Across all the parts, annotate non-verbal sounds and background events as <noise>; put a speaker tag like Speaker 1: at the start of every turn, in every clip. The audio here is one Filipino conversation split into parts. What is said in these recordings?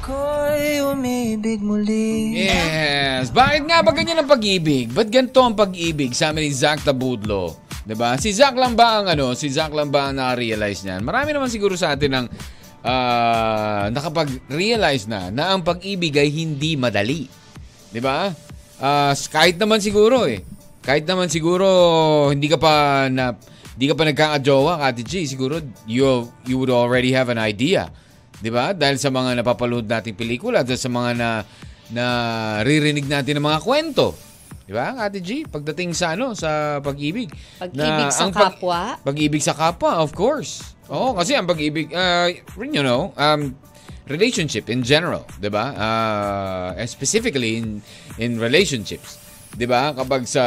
Speaker 1: Ako'y umibig muli.
Speaker 2: Yes. Bakit nga ba ganyan ang pag-ibig? Ba't ganito ang pag-ibig sa amin ni Zach Tabudlo? 'Di ba? Si Zach lang ba ang ano? Si Zach lang ba ang nakarealize niyan? Marami naman siguro sa atin ang ah, nakapag-realize na na ang pag-ibig ay hindi madali. 'Di ba? Ah, kahit naman siguro eh. Kahit naman siguro hindi ka pa na hindi ka pa nagkakajowa, Kati G, siguro you you would already have an idea. 'di ba? Dahil sa mga napapalood nating pelikula, dahil sa mga na na ririnig natin ng mga kwento. 'Di ba? Ate G, pagdating sa ano, sa pag-ibig.
Speaker 3: Pag-ibig sa
Speaker 2: pag-
Speaker 3: kapwa?
Speaker 2: Pag-ibig sa kapwa, of course. Oo, kasi ang pag-ibig, uh, you know, um, relationship in general, 'di ba? Uh, specifically in in relationships, 'di ba? Kapag sa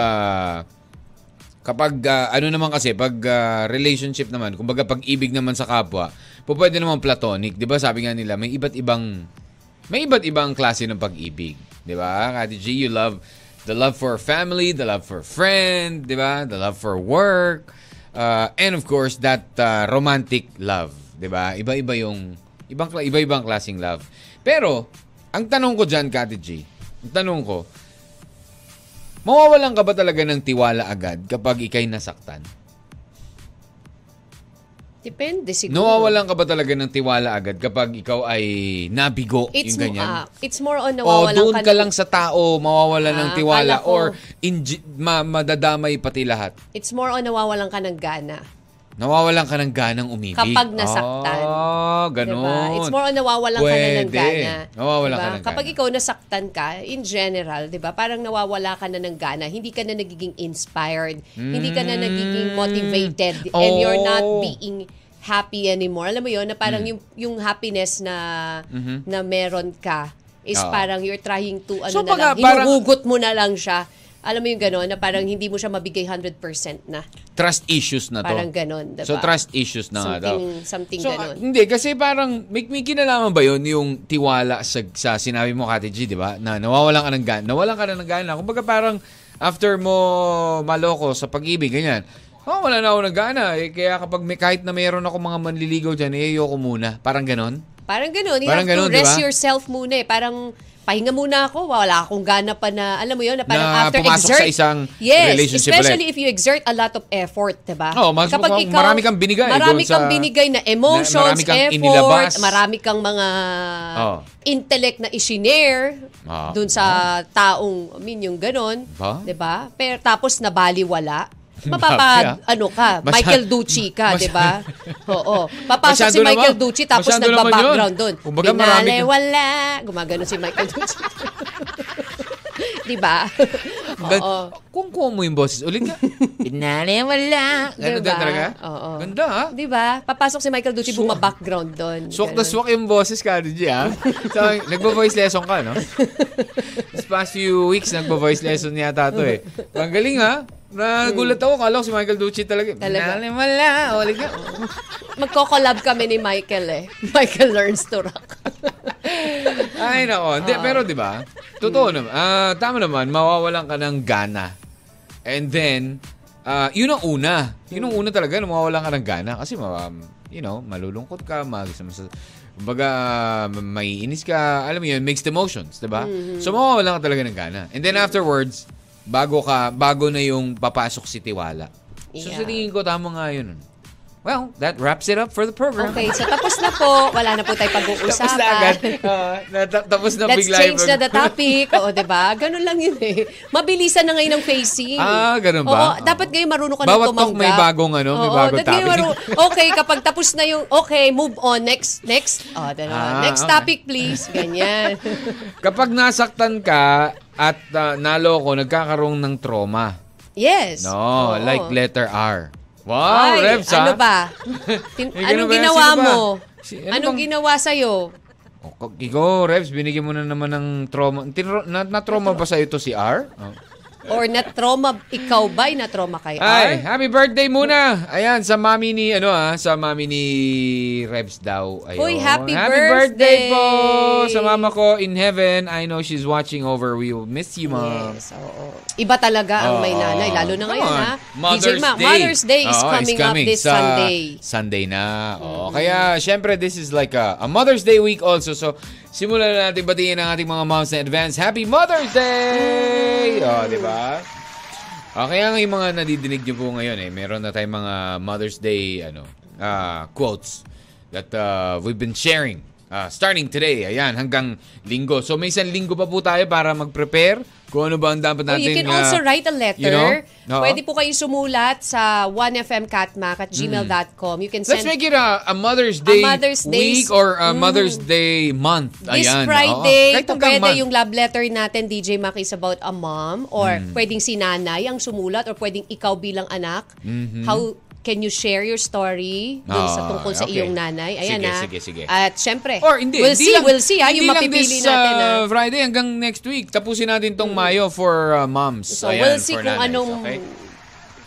Speaker 2: kapag ah, ano naman kasi pag ah, relationship naman kumbaga pag-ibig naman sa kapwa po pwede naman platonic 'di ba sabi nga nila may iba't ibang may iba't ibang klase ng pag-ibig 'di ba Kati G you love the love for family the love for friend 'di ba the love for work ah, and of course that ah, romantic love 'di ba iba-iba yung ibang kla- iba-ibang klaseng love pero ang tanong ko diyan Kati G ang tanong ko Mawawalan ka ba talaga ng tiwala agad kapag ikay nasaktan?
Speaker 3: Depende siguro.
Speaker 2: Nawawalan ka ba talaga ng tiwala agad kapag ikaw ay nabigo?
Speaker 3: It's,
Speaker 2: yung ganyan?
Speaker 3: ah, it's more on
Speaker 2: o
Speaker 3: nawawalan
Speaker 2: doon ka
Speaker 3: ng-
Speaker 2: lang sa tao, mawawala ng
Speaker 3: Ah,
Speaker 2: tiwala
Speaker 3: akala ko.
Speaker 2: or inji- ma- madadamay pati lahat.
Speaker 3: It's more on nawawalan ka ng gana.
Speaker 2: Nawawalan ka ng ganang umibig.
Speaker 3: Kapag nasaktan.
Speaker 2: Oh,
Speaker 3: Diba?
Speaker 2: ganun.
Speaker 3: It's more on nawawalan ka na ng
Speaker 2: Pwede.
Speaker 3: gana.
Speaker 2: Nawawalan
Speaker 3: Diba?
Speaker 2: ka ng gana.
Speaker 3: Kapag ikaw nasaktan ka, in general, di ba? Parang nawawala ka na ng gana. Hindi ka na nagiging inspired. Hindi ka na nagiging motivated. And you're not
Speaker 2: Hmm. Oh. Hmm.
Speaker 3: being happy anymore. Alam mo yon na parang yung yung happiness na na meron ka is
Speaker 2: Mm-hmm. Oo.
Speaker 3: parang you're trying to ano
Speaker 2: So,
Speaker 3: na
Speaker 2: baga,
Speaker 3: lang,
Speaker 2: parang-
Speaker 3: hinuhugot mo na lang siya. Alam mo yung gano'n, na parang hindi mo siya mabigay 100% na.
Speaker 2: Trust issues na to.
Speaker 3: Parang ganun, diba?
Speaker 2: So, trust issues na nga daw.
Speaker 3: Something- something
Speaker 2: so,
Speaker 3: ganun.
Speaker 2: ah, hindi, kasi parang may, may kinalaman ba yun yung tiwala sa, sa sinabi mo, Kati G, di ba? Na nawawalan ka ng gana. Nawalan ka na ng gana. Kumbaga parang after mo maloko sa pag-ibig, ganyan. Oh, wala na ako ng gana. Eh, kaya kapag may, kahit na mayroon ako mga manliligaw dyan, eh, ayoko muna. Parang ganon.
Speaker 3: Parang ganun. You
Speaker 2: Parang ganun,
Speaker 3: have to
Speaker 2: di
Speaker 3: rest
Speaker 2: ba?
Speaker 3: yourself muna eh. Parang pahinga muna ako. Wala akong gana pa na, alam mo yun, na parang
Speaker 2: Na
Speaker 3: after
Speaker 2: pumasok
Speaker 3: exert.
Speaker 2: sa isang
Speaker 3: yes,
Speaker 2: relationship
Speaker 3: especially if you exert a lot of effort, diba?
Speaker 2: Oo, mas- mukhang marami kang binigay
Speaker 3: Marami
Speaker 2: doon sa-
Speaker 3: kang binigay na emotions,
Speaker 2: na- marami kang
Speaker 3: effort,
Speaker 2: inilabas.
Speaker 3: marami kang mga
Speaker 2: Oo. Ah,
Speaker 3: intellect na isinare
Speaker 2: Oo.
Speaker 3: doon sa taong, I mean, yung ganun.
Speaker 2: Ba?
Speaker 3: Diba? Pero tapos nabaliwala. Mapapa,
Speaker 2: <laughs> Grabe, ah.
Speaker 3: ano ka,
Speaker 2: Masya-
Speaker 3: Michael Ducci
Speaker 2: Masya-
Speaker 3: ka, di ba?
Speaker 2: <laughs>
Speaker 3: Oo. Papasok
Speaker 2: Masyado
Speaker 3: si Michael
Speaker 2: naman.
Speaker 3: Ducci tapos
Speaker 2: Masyado naman
Speaker 3: nagpa-background
Speaker 2: yun.
Speaker 3: doon.
Speaker 2: Kumbaga, marami ka-
Speaker 3: wala. Gumagano si Michael Ducci. <laughs> di ba?
Speaker 2: <laughs> Gan-
Speaker 3: Oo.
Speaker 2: Kung kuha mo yung boses, ulit nga.
Speaker 3: <laughs>
Speaker 2: Pinale, wala. Ganun
Speaker 3: Diba?
Speaker 2: din talaga?
Speaker 3: Oo.
Speaker 2: Ganda, ha?
Speaker 3: Di ba? Papasok si Michael Ducci, bumabackground doon.
Speaker 2: Swak na
Speaker 3: Ganun.
Speaker 2: swak yung boses ka, DJ,
Speaker 3: <laughs>
Speaker 2: ha? So, nagbo-voice lesson ka, no? This past few weeks, nagbo-voice lesson yata to, eh. Ang galing, ha? Nagulat ako. Kala ko si Michael Ducci talaga.
Speaker 3: Talaga.
Speaker 2: Nalay wala. Ulit ka.
Speaker 3: Magko-collab kami ni Michael eh. <laughs> Michael learns to rock. <laughs>
Speaker 2: Ay, nako. Hindi, pero di ba? Totoo naman. Ah, tama naman, mawawalan ka ng gana. And then, ah, yun ang una. Yun ang una talaga, na mawawalan ka ng gana. Kasi, ma- um, you know, malulungkot ka, mag Kumbaga, may inis ka. Alam mo yun, mixed emotions, di ba?
Speaker 3: Mm-hmm.
Speaker 2: So, mawawalan ka talaga ng gana. And then afterwards, bago ka, bago na yung papasok si Tiwala. So, sa
Speaker 3: Yeah.
Speaker 2: tingin ko, tama nga yun. Well, that wraps it up for the program.
Speaker 3: Okay, so tapos na po. Wala na po tayo pag-uusapan.
Speaker 2: Tapos na agad. <laughs> Ah, nata- tapos na
Speaker 3: Let's
Speaker 2: bigla
Speaker 3: change
Speaker 2: yung-
Speaker 3: na
Speaker 2: <laughs>
Speaker 3: the topic. Oo, di ba? Ganun lang yun eh. Mabilisan na ngayon ang facing.
Speaker 2: Ah, ganun ba?
Speaker 3: Oo,
Speaker 2: Oo.
Speaker 3: dapat ngayon marunong ka
Speaker 2: Bawat
Speaker 3: na tumanggap.
Speaker 2: talk may bagong ano, may
Speaker 3: Oo,
Speaker 2: bagong
Speaker 3: dapat ngayon
Speaker 2: topic.
Speaker 3: okay, kapag tapos na yung, okay, move on, next, next. Oh, ganun.
Speaker 2: Ah,
Speaker 3: next
Speaker 2: okay.
Speaker 3: topic, please. Ganyan.
Speaker 2: Kapag nasaktan ka at ah, naloko, nagkakaroon ng trauma.
Speaker 3: Yes.
Speaker 2: No,
Speaker 3: Oo.
Speaker 2: like letter R. Wow,
Speaker 3: Ay,
Speaker 2: Revs,
Speaker 3: ano
Speaker 2: ah. <laughs>
Speaker 3: ba? Tin-
Speaker 2: Eh, ganun
Speaker 3: anong
Speaker 2: ba yan?
Speaker 3: ginawa
Speaker 2: Sino ba?
Speaker 3: mo?
Speaker 2: Si- ano
Speaker 3: anong
Speaker 2: bang-
Speaker 3: ginawa sa'yo?
Speaker 2: O, ko- Kiko, Revs, binigyan mo na naman ng trauma. Tinro- na, trauma ba sa'yo to si R? Oh.
Speaker 3: Or na-trauma, ikaw ba'y na-trauma kay
Speaker 2: Ay,
Speaker 3: R?
Speaker 2: happy birthday muna. Ayan, sa mami ni, ano ah, sa mami ni Rebs daw. Ayun.
Speaker 3: Uy, happy
Speaker 2: birthday
Speaker 3: birthday.
Speaker 2: po sa mama ko in heaven. I know she's watching over. We will miss you, mom.
Speaker 3: Yes, oo. Iba talaga ang may
Speaker 2: Oo.
Speaker 3: nanay, lalo na
Speaker 2: Ah. Come
Speaker 3: ngayon,
Speaker 2: on.
Speaker 3: ha?
Speaker 2: Mother's
Speaker 3: DJ Ma,
Speaker 2: Day.
Speaker 3: Mother's Day is
Speaker 2: Oo, it's
Speaker 3: coming, up this
Speaker 2: sa
Speaker 3: Sunday.
Speaker 2: Sunday na. Oo. Kaya, syempre, this is like a, a Mother's Day week also. So, simulan na natin batiin ang ating mga moms na advance. Happy Mother's Day! O, di ba? O, Ah, kaya nga yung mga nadidinig niyo po ngayon, eh, meron na tayong mga Mother's Day ano, ah, quotes that ah, we've been sharing. Ah, starting today, ayan, hanggang linggo. So may isang linggo pa po tayo para mag-prepare kung ano ba ang dapat
Speaker 3: Or
Speaker 2: natin.
Speaker 3: Oh, you can
Speaker 2: ah,
Speaker 3: also write a letter.
Speaker 2: you know? Oo.
Speaker 3: Pwede po kayong sumulat sa 1fmcatmac at gmail.com. You can
Speaker 2: Mm. Let's
Speaker 3: send
Speaker 2: make it a, a Mother's Day
Speaker 3: A Mother's
Speaker 2: week
Speaker 3: Day's-
Speaker 2: or a Mother's Day month.
Speaker 3: This
Speaker 2: Ayan, oo.
Speaker 3: Friday,
Speaker 2: Kahit
Speaker 3: kung
Speaker 2: hanggang
Speaker 3: pwede
Speaker 2: month.
Speaker 3: yung love letter natin, DJ Mac, is about a mom. Or
Speaker 2: Mm.
Speaker 3: pwedeng si nanay ang sumulat. Or pwedeng ikaw bilang anak. How can you share your story dun sa
Speaker 2: Mm-hmm. Ah,
Speaker 3: tungkol sa
Speaker 2: okay.
Speaker 3: iyong nanay? Ayan
Speaker 2: Sige,
Speaker 3: na.
Speaker 2: sige, sige.
Speaker 3: At syempre,
Speaker 2: Or hindi.
Speaker 3: we'll
Speaker 2: hindi
Speaker 3: see,
Speaker 2: lang-
Speaker 3: we'll see ha,
Speaker 2: hindi
Speaker 3: yung
Speaker 2: lang
Speaker 3: mapipili
Speaker 2: this,
Speaker 3: natin. ah. ha.
Speaker 2: uh, Friday hanggang next week. Tapusin natin tong Mayo for uh, moms.
Speaker 3: So
Speaker 2: Ayan,
Speaker 3: we'll see
Speaker 2: for
Speaker 3: kung
Speaker 2: nanays,
Speaker 3: anong,
Speaker 2: okay?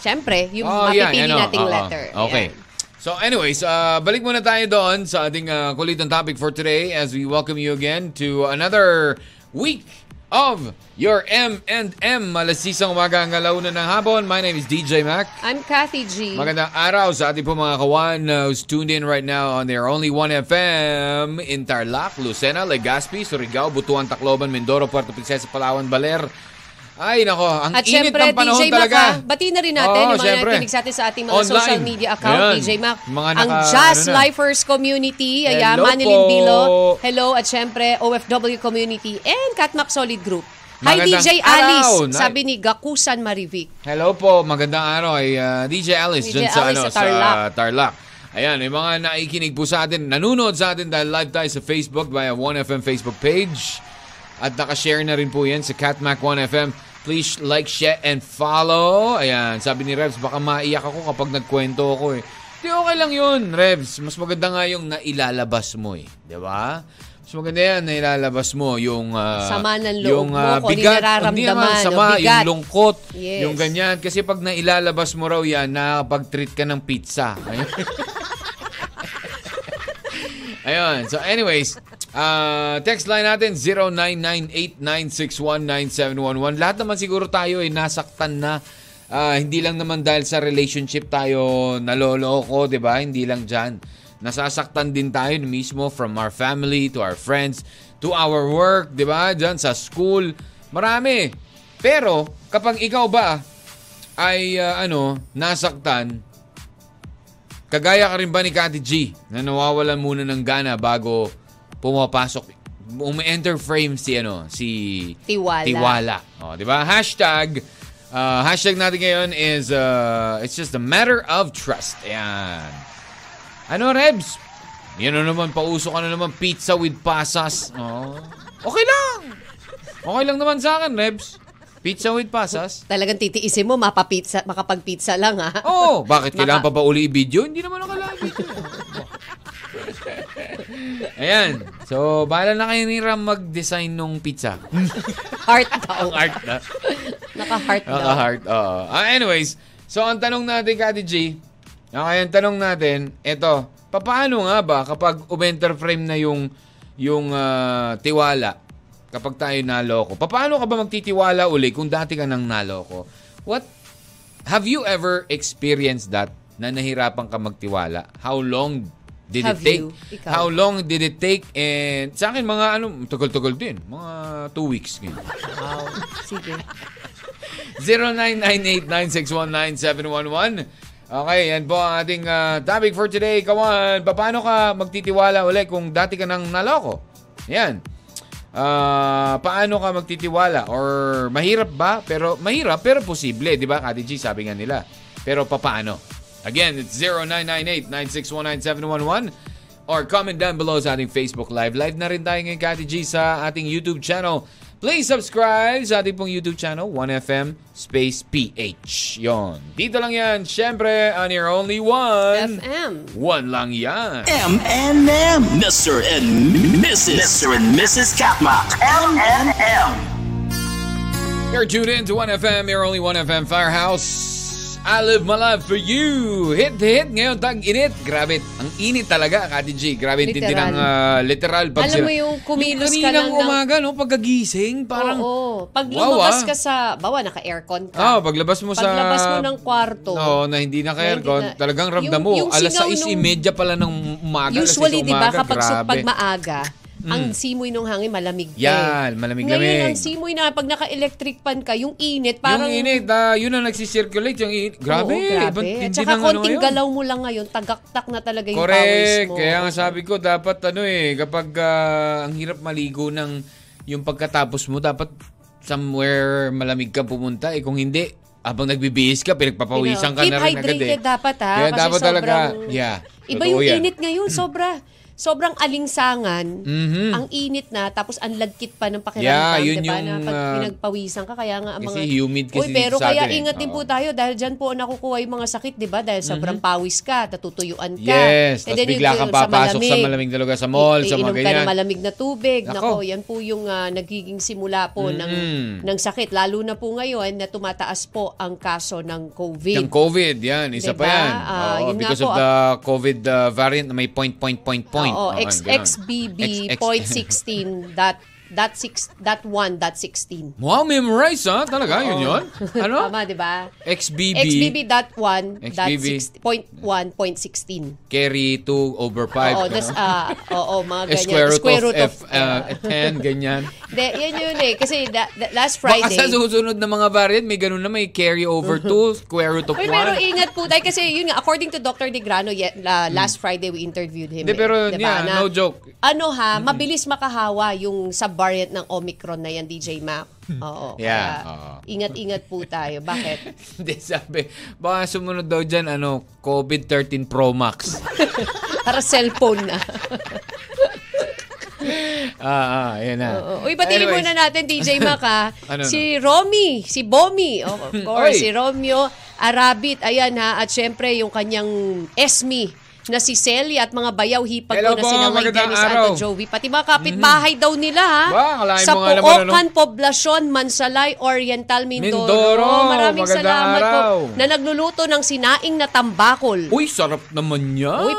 Speaker 3: syempre, yung
Speaker 2: Oh, yan,
Speaker 3: mapipili
Speaker 2: ano,
Speaker 3: nating
Speaker 2: oo.
Speaker 3: letter.
Speaker 2: Okay.
Speaker 3: Ayan.
Speaker 2: So anyways, uh, balik muna tayo doon sa ating uh, kulitan topic for today as we welcome you again to another week of your M&M. Malasisang umaga ang alauna ng hapon. My name is DJ Mac.
Speaker 3: I'm Kathy G.
Speaker 2: Magandang araw sa ating po mga kawan uh, who's tuned in right now on their only 1FM in Tarlac, Lucena, Legazpi, Surigao, Butuan, Tacloban, Mindoro, Puerto Princesa, Palawan, Baler. Ay nako, ang
Speaker 3: At
Speaker 2: init ng
Speaker 3: syempre,
Speaker 2: panahon
Speaker 3: DJ Mac,
Speaker 2: talaga.
Speaker 3: ah, batiin na rin
Speaker 2: Oo,
Speaker 3: natin yung mga
Speaker 2: syempre.
Speaker 3: nakikinig sa atin sa ating mga
Speaker 2: Online.
Speaker 3: social media account,
Speaker 2: Ayan.
Speaker 3: DJ Mac.
Speaker 2: Mga
Speaker 3: ang
Speaker 2: naka-
Speaker 3: Jazz
Speaker 2: ano na.
Speaker 3: Lifers Community, ayan,
Speaker 2: Hello
Speaker 3: Manilin
Speaker 2: po.
Speaker 3: Bilo, hello, at syempre, OFW Community, and Katmak Solid Group. Hi,
Speaker 2: Magandang
Speaker 3: DJ
Speaker 2: araw.
Speaker 3: Alice,
Speaker 2: Nice.
Speaker 3: sabi ni Gakusan Marivic.
Speaker 2: Hello po, magandang araw ay ah, DJ Alice dyan
Speaker 3: DJ
Speaker 2: sa,
Speaker 3: Alice
Speaker 2: ano,
Speaker 3: sa Tarlac.
Speaker 2: sa Tarlac. Ayan, yung mga naikinig po sa atin, nanonood sa atin dahil live tayo sa Facebook via 1FM Facebook page. At nakashare na rin po yan sa Catmac 1FM. Please like, share, and follow. Ayan, sabi ni Revs, baka maiyak ako kapag nagkwento ako eh. Di okay lang yun, Revs. Mas maganda nga yung nailalabas mo eh. Di ba? Mas maganda yan, nailalabas mo yung... ah,
Speaker 3: Sama ng loob
Speaker 2: yung, ah,
Speaker 3: mo, kung ano yung
Speaker 2: bigat. Hindi
Speaker 3: nararamdaman,
Speaker 2: naman
Speaker 3: o
Speaker 2: sama, yung
Speaker 3: bigat.
Speaker 2: lungkot,
Speaker 3: Yes.
Speaker 2: yung ganyan. Kasi pag nailalabas mo raw yan, nakapag-treat ka ng pizza. Ayun. Ayun. So anyways, uh, text line natin 0998-961-9711. Lahat naman siguro tayo ay nasaktan na. Ah, hindi lang naman dahil sa relationship tayo naloloko, di ba? Hindi lang dyan. Nasasaktan din tayo mismo from our family to our friends to our work, di ba? Dyan sa school. Marami. Pero kapag ikaw ba ay ah, ano, nasaktan, Kagaya ka rin ba ni Kati G na nawawalan muna ng gana bago pumapasok, umi-enter frame si ano, si
Speaker 3: Tiwala.
Speaker 2: Tiwala. O, di ba? Hashtag, ah, hashtag natin ngayon is, ah, it's just a matter of trust. Ayan. Ano, Rebs? Yan na naman, pauso ka na naman, pizza with pasas. Oh. Okay lang. Okay lang naman sa akin, Rebs. Pizza with pasas.
Speaker 3: Talagang titiisin mo, mapapizza, makapag-pizza lang ah. ha.
Speaker 2: Oo, oh, <laughs> bakit
Speaker 3: Maka-
Speaker 2: kailangan pa ba uli i-video? Hindi naman ako kailangan <laughs> video. Ayan. So, bahala na kayo ni Ram mag-design nung pizza.
Speaker 3: Heart daw.
Speaker 2: <laughs> Art na.
Speaker 3: Naka-heart daw.
Speaker 2: Naka-heart. Oo. Ah, anyways, so ang tanong natin, Kati G, okay, ang tanong natin, eto, papaano nga ba kapag umenter frame na yung, yung ah, tiwala, kapag tayo naloko, papaano ka ba magtitiwala uli kung dati ka nang naloko? What Have you ever experienced that na nahirapan ka magtiwala? How long did it
Speaker 3: Have
Speaker 2: take?
Speaker 3: you? Ikaw.
Speaker 2: How long did it take? And sa akin mga ano, tagal-tagal din. Mga two weeks. Ganyan.
Speaker 3: Wow. Sige.
Speaker 2: 0998-961-9711. Okay, yan po ang ating ah, topic for today. Kawan, paano ka magtitiwala uli kung dati ka nang naloko? Yan. Ah, paano ka magtitiwala? Or mahirap ba? Pero mahirap, pero posible. Di ba, Kati G, sabi nga nila. Pero papaano? Again, it's 0998-961-9711 or comment down below sa ating Facebook Live. Live na rin tayo ngayon, Kati G, sa ating YouTube channel. please subscribe sa ating pong YouTube channel, 1FM Space PH. Yon. Dito lang yan. Siyempre, on your only one.
Speaker 3: FM.
Speaker 2: One lang yan.
Speaker 4: M and M. Mr. and Mrs. Mr. and Mrs. Katma.
Speaker 5: MNM.
Speaker 2: You're tuned in to 1FM, your only 1FM Firehouse. I live my life for you. Hit, hit. Ngayon, tag init. Grabe. Ang init talaga, Kati G. Grabe, tindi
Speaker 3: Literal.
Speaker 2: ng ah, literal. Pag
Speaker 3: Alam mo
Speaker 2: sila-
Speaker 3: yung kumilos ka
Speaker 2: kaninang
Speaker 3: lang ng-
Speaker 2: umaga, no? Pagkagising, parang...
Speaker 3: Oo. Pag
Speaker 2: Wow, ah.
Speaker 3: lumabas ka sa, bawa, naka-aircon ka.
Speaker 2: Ah, paglabas mo sa...
Speaker 3: Paglabas mo ng kwarto.
Speaker 2: Oo, na hindi na
Speaker 3: Na
Speaker 2: kaya
Speaker 3: hindi na-
Speaker 2: Talagang ramdam mo.
Speaker 3: Yung- yung
Speaker 2: alas
Speaker 3: singaw
Speaker 2: 6.30 pala ng umaga. alas 6
Speaker 3: Usually, di ba,
Speaker 2: umaga,
Speaker 3: kapag
Speaker 2: grabe.
Speaker 3: sa-
Speaker 2: Mm.
Speaker 3: pag maaga, ang simoy ng hangin malamig pa eh.
Speaker 2: Yan, malamig-lamig.
Speaker 3: Ngayon, ang simoy na pag naka-electric pan ka, yung init, parang...
Speaker 2: Yung init, ah, yun ang nagsisirculate. Yung init. Grabe.
Speaker 3: Oo, grabe.
Speaker 2: Ba't hindi
Speaker 3: At
Speaker 2: na
Speaker 3: saka
Speaker 2: ano
Speaker 3: konting
Speaker 2: ngayon?
Speaker 3: galaw mo lang ngayon, tagaktak na talaga yung
Speaker 2: Correct.
Speaker 3: bowels mo.
Speaker 2: Kaya nga sabi ko, dapat ano eh, kapag ah, ang hirap maligo ng yung pagkatapos mo, dapat somewhere malamig ka pumunta. Eh kung hindi, habang nagbibihis ka, pinagpapawisan ka
Speaker 3: Keep
Speaker 2: na rin agad eh.
Speaker 3: hydrated dapat ha.
Speaker 2: Kaya
Speaker 3: kasi
Speaker 2: dapat talaga,
Speaker 3: sobrang-
Speaker 2: yeah.
Speaker 3: Iba
Speaker 2: Totoo
Speaker 3: yung
Speaker 2: yan.
Speaker 3: init ngayon, sobra. Sobrang alingsangan,
Speaker 2: Mhm.
Speaker 3: ang init na, tapos ang lagkit pa ng pakiramdam,
Speaker 2: Yeah, yun
Speaker 3: diba, na
Speaker 2: yung,
Speaker 3: pag
Speaker 2: ah,
Speaker 3: pinagpawisan ka, kaya nga ang mga...
Speaker 2: kasi humid kasi
Speaker 3: Uy,
Speaker 2: dito
Speaker 3: pero
Speaker 2: sa
Speaker 3: kaya
Speaker 2: atin eh.
Speaker 3: ingat din
Speaker 2: Oo.
Speaker 3: po
Speaker 2: Mm-hmm.
Speaker 3: tayo dahil dyan po nakukuha yung mga sakit, di ba? Dahil sobrang pawis ka, tatutuyuan ka.
Speaker 2: Yes, tapos
Speaker 3: And then yung
Speaker 2: bigla kang
Speaker 3: sa
Speaker 2: papasok sa malamig na lugar, sa mall, sa mga
Speaker 3: Iinom ka
Speaker 2: ganyan.
Speaker 3: ng malamig na tubig.
Speaker 2: Nako. Mm.
Speaker 3: Nako, yan po yung ah, nagiging simula po ng
Speaker 2: Mm-mm.
Speaker 3: ng sakit. Lalo na po ngayon na tumataas po ang kaso ng COVID.
Speaker 2: Yung COVID, yan. Isa pa
Speaker 3: Diba?
Speaker 2: yan.
Speaker 3: Ah,
Speaker 2: Oo,
Speaker 3: yun nga
Speaker 2: because
Speaker 3: po,
Speaker 2: of the COVID uh, variant na may point, point, point, point.
Speaker 3: Oo,
Speaker 2: Oo, ganun.
Speaker 3: XXBB
Speaker 2: XX.
Speaker 3: point sixteen dot dot six dot one dot sixteen.
Speaker 2: <laughs> Wow, memorize ha? Talaga, yun yun? Ano?
Speaker 3: <laughs> Tama, di ba?
Speaker 2: XBB,
Speaker 3: XBB dot one dot
Speaker 2: XBB.
Speaker 3: six- point one point sixteen.
Speaker 2: carry 2 over 5.
Speaker 3: Oo, das,
Speaker 2: <laughs>
Speaker 3: ah, oo, mga ganyan.
Speaker 2: square root, of, F,
Speaker 3: ah.
Speaker 2: uh,
Speaker 3: <laughs>
Speaker 2: 10, ganyan.
Speaker 3: Hindi, yan yun eh. Kasi da- da- last
Speaker 2: Baka
Speaker 3: Friday.
Speaker 2: sa susunod na mga variant, may ganun na may carry over 2, square root of 1.
Speaker 3: Uy, pero ingat po tayo kasi yun nga, according to Dr. Degrano, ye- la- last Friday we interviewed him.
Speaker 2: Hmm. Hindi,
Speaker 3: eh.
Speaker 2: pero
Speaker 3: Diba,
Speaker 2: yeah,
Speaker 3: na-
Speaker 2: no joke.
Speaker 3: Ano ha, mabilis makahawa yung sub-variant ng Omicron na yan, DJ Mac. Oo.
Speaker 2: Hmm. Yeah,
Speaker 3: kaya
Speaker 2: oo.
Speaker 3: Ingat-ingat po tayo. Bakit?
Speaker 2: Hindi, sabi, baka sumunod daw dyan, ano, COVID-13 Pro
Speaker 3: <laughs>
Speaker 2: Max.
Speaker 3: Para cellphone na.
Speaker 2: ah, ah, yan na.
Speaker 3: Oo. Uy, batiin
Speaker 2: Anyways,
Speaker 3: muna natin,
Speaker 2: <laughs>
Speaker 3: DJ Mac ha.
Speaker 2: Ano,
Speaker 3: si Romy, si Bomi, oh, of
Speaker 2: <laughs> Oy.
Speaker 3: course, si Romeo Arabit, ayan ha. At syempre, yung kanyang Esme na si Celia at mga bayaw hipag
Speaker 2: Hello
Speaker 3: ko na
Speaker 2: po,
Speaker 3: sila Mike
Speaker 2: magandang
Speaker 3: Dennis
Speaker 2: araw. Mhm.
Speaker 3: at Joey. Pati mga kapitbahay daw nila ha.
Speaker 2: Wow, akalain
Speaker 3: sa
Speaker 2: mo nga naman, ano?
Speaker 3: Puokan, Poblacion, Mansalay, Oriental, Mindoro.
Speaker 2: Mindoro,
Speaker 3: Maraming
Speaker 2: magandang
Speaker 3: salamat
Speaker 2: araw.
Speaker 3: po na nagluluto ng sinaing na tambakol.
Speaker 2: Uy, sarap naman yan.
Speaker 3: Uy,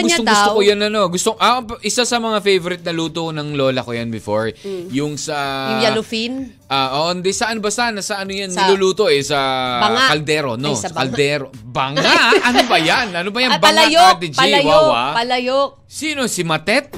Speaker 2: Alam mo,
Speaker 3: niya
Speaker 2: gustong, Gusto
Speaker 3: daw.
Speaker 2: ko yan ano. Gusto, ah, isa sa mga favorite na luto ng lola ko yan before. Yung sa...
Speaker 3: Mm. yung yellowfin.
Speaker 2: Ah, oh, hindi saan basta nasa ano yan
Speaker 3: Sa-
Speaker 2: niluluto eh sa
Speaker 3: Banga.
Speaker 2: kaldero, no?
Speaker 3: Ay, sa
Speaker 2: sa
Speaker 3: banga.
Speaker 2: kaldero. Banga? ano ba 'yan? Ano
Speaker 3: <laughs>
Speaker 2: ba 'yan?
Speaker 3: Ah,
Speaker 2: Banga
Speaker 3: palayok,
Speaker 2: Ate G,
Speaker 3: palayok,
Speaker 2: wawa.
Speaker 3: palayok,
Speaker 2: Sino si Matet?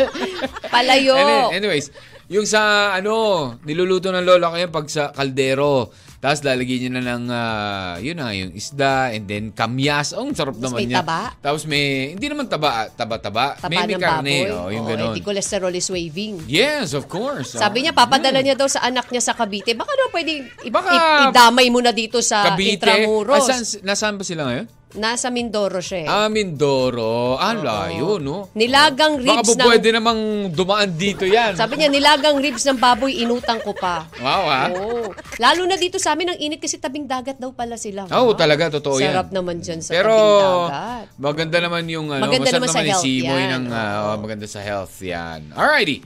Speaker 2: <laughs>
Speaker 3: palayok.
Speaker 2: Any- anyways, yung sa ano, niluluto ng lola ko yan pag sa kaldero. Tapos lalagyan niya na ng, ah, yun na, nga, yung isda, and then kamyas. Oh, ang sarap
Speaker 3: Tapos
Speaker 2: naman
Speaker 3: may
Speaker 2: niya.
Speaker 3: taba?
Speaker 2: Tapos may, hindi naman taba, ah, taba-taba.
Speaker 3: Taba
Speaker 2: may may
Speaker 3: ng
Speaker 2: karne.
Speaker 3: baboy.
Speaker 2: Oh, yung
Speaker 3: Oo,
Speaker 2: ganun.
Speaker 3: eh, di cholesterol is waving.
Speaker 2: Yes, oh. of course. Ah, mm.
Speaker 3: Sabi niya, papadala niya daw sa anak niya sa Cavite. Baka daw pwedeng i-
Speaker 2: Baka-
Speaker 3: i- idamay mo na dito sa
Speaker 2: Cavite.
Speaker 3: Intramuros.
Speaker 2: Ah, saan- nasaan ba sila ngayon?
Speaker 3: Nasa Mindoro siya eh.
Speaker 2: Ah, Mindoro. Ah, layo, no?
Speaker 3: Nilagang
Speaker 2: Baka po
Speaker 3: ribs ng-
Speaker 2: pwede namang dumaan dito yan.
Speaker 3: Sabi niya, nilagang ribs ng baboy, inutang ko pa.
Speaker 2: Wow, ha?
Speaker 3: Oo. Lalo na dito sa amin, ang init kasi tabing dagat daw pala sila.
Speaker 2: Oo,
Speaker 3: Wow.
Speaker 2: talaga, totoo yan.
Speaker 3: Sarap naman dyan sa
Speaker 2: Pero,
Speaker 3: tabing dagat.
Speaker 2: maganda naman yung, ano,
Speaker 3: Maganda
Speaker 2: masarap
Speaker 3: naman sa
Speaker 2: naman yung
Speaker 3: health,
Speaker 2: simoy
Speaker 3: yan.
Speaker 2: ng, ah,
Speaker 3: Oo.
Speaker 2: oh, maganda sa health, yan. Alrighty.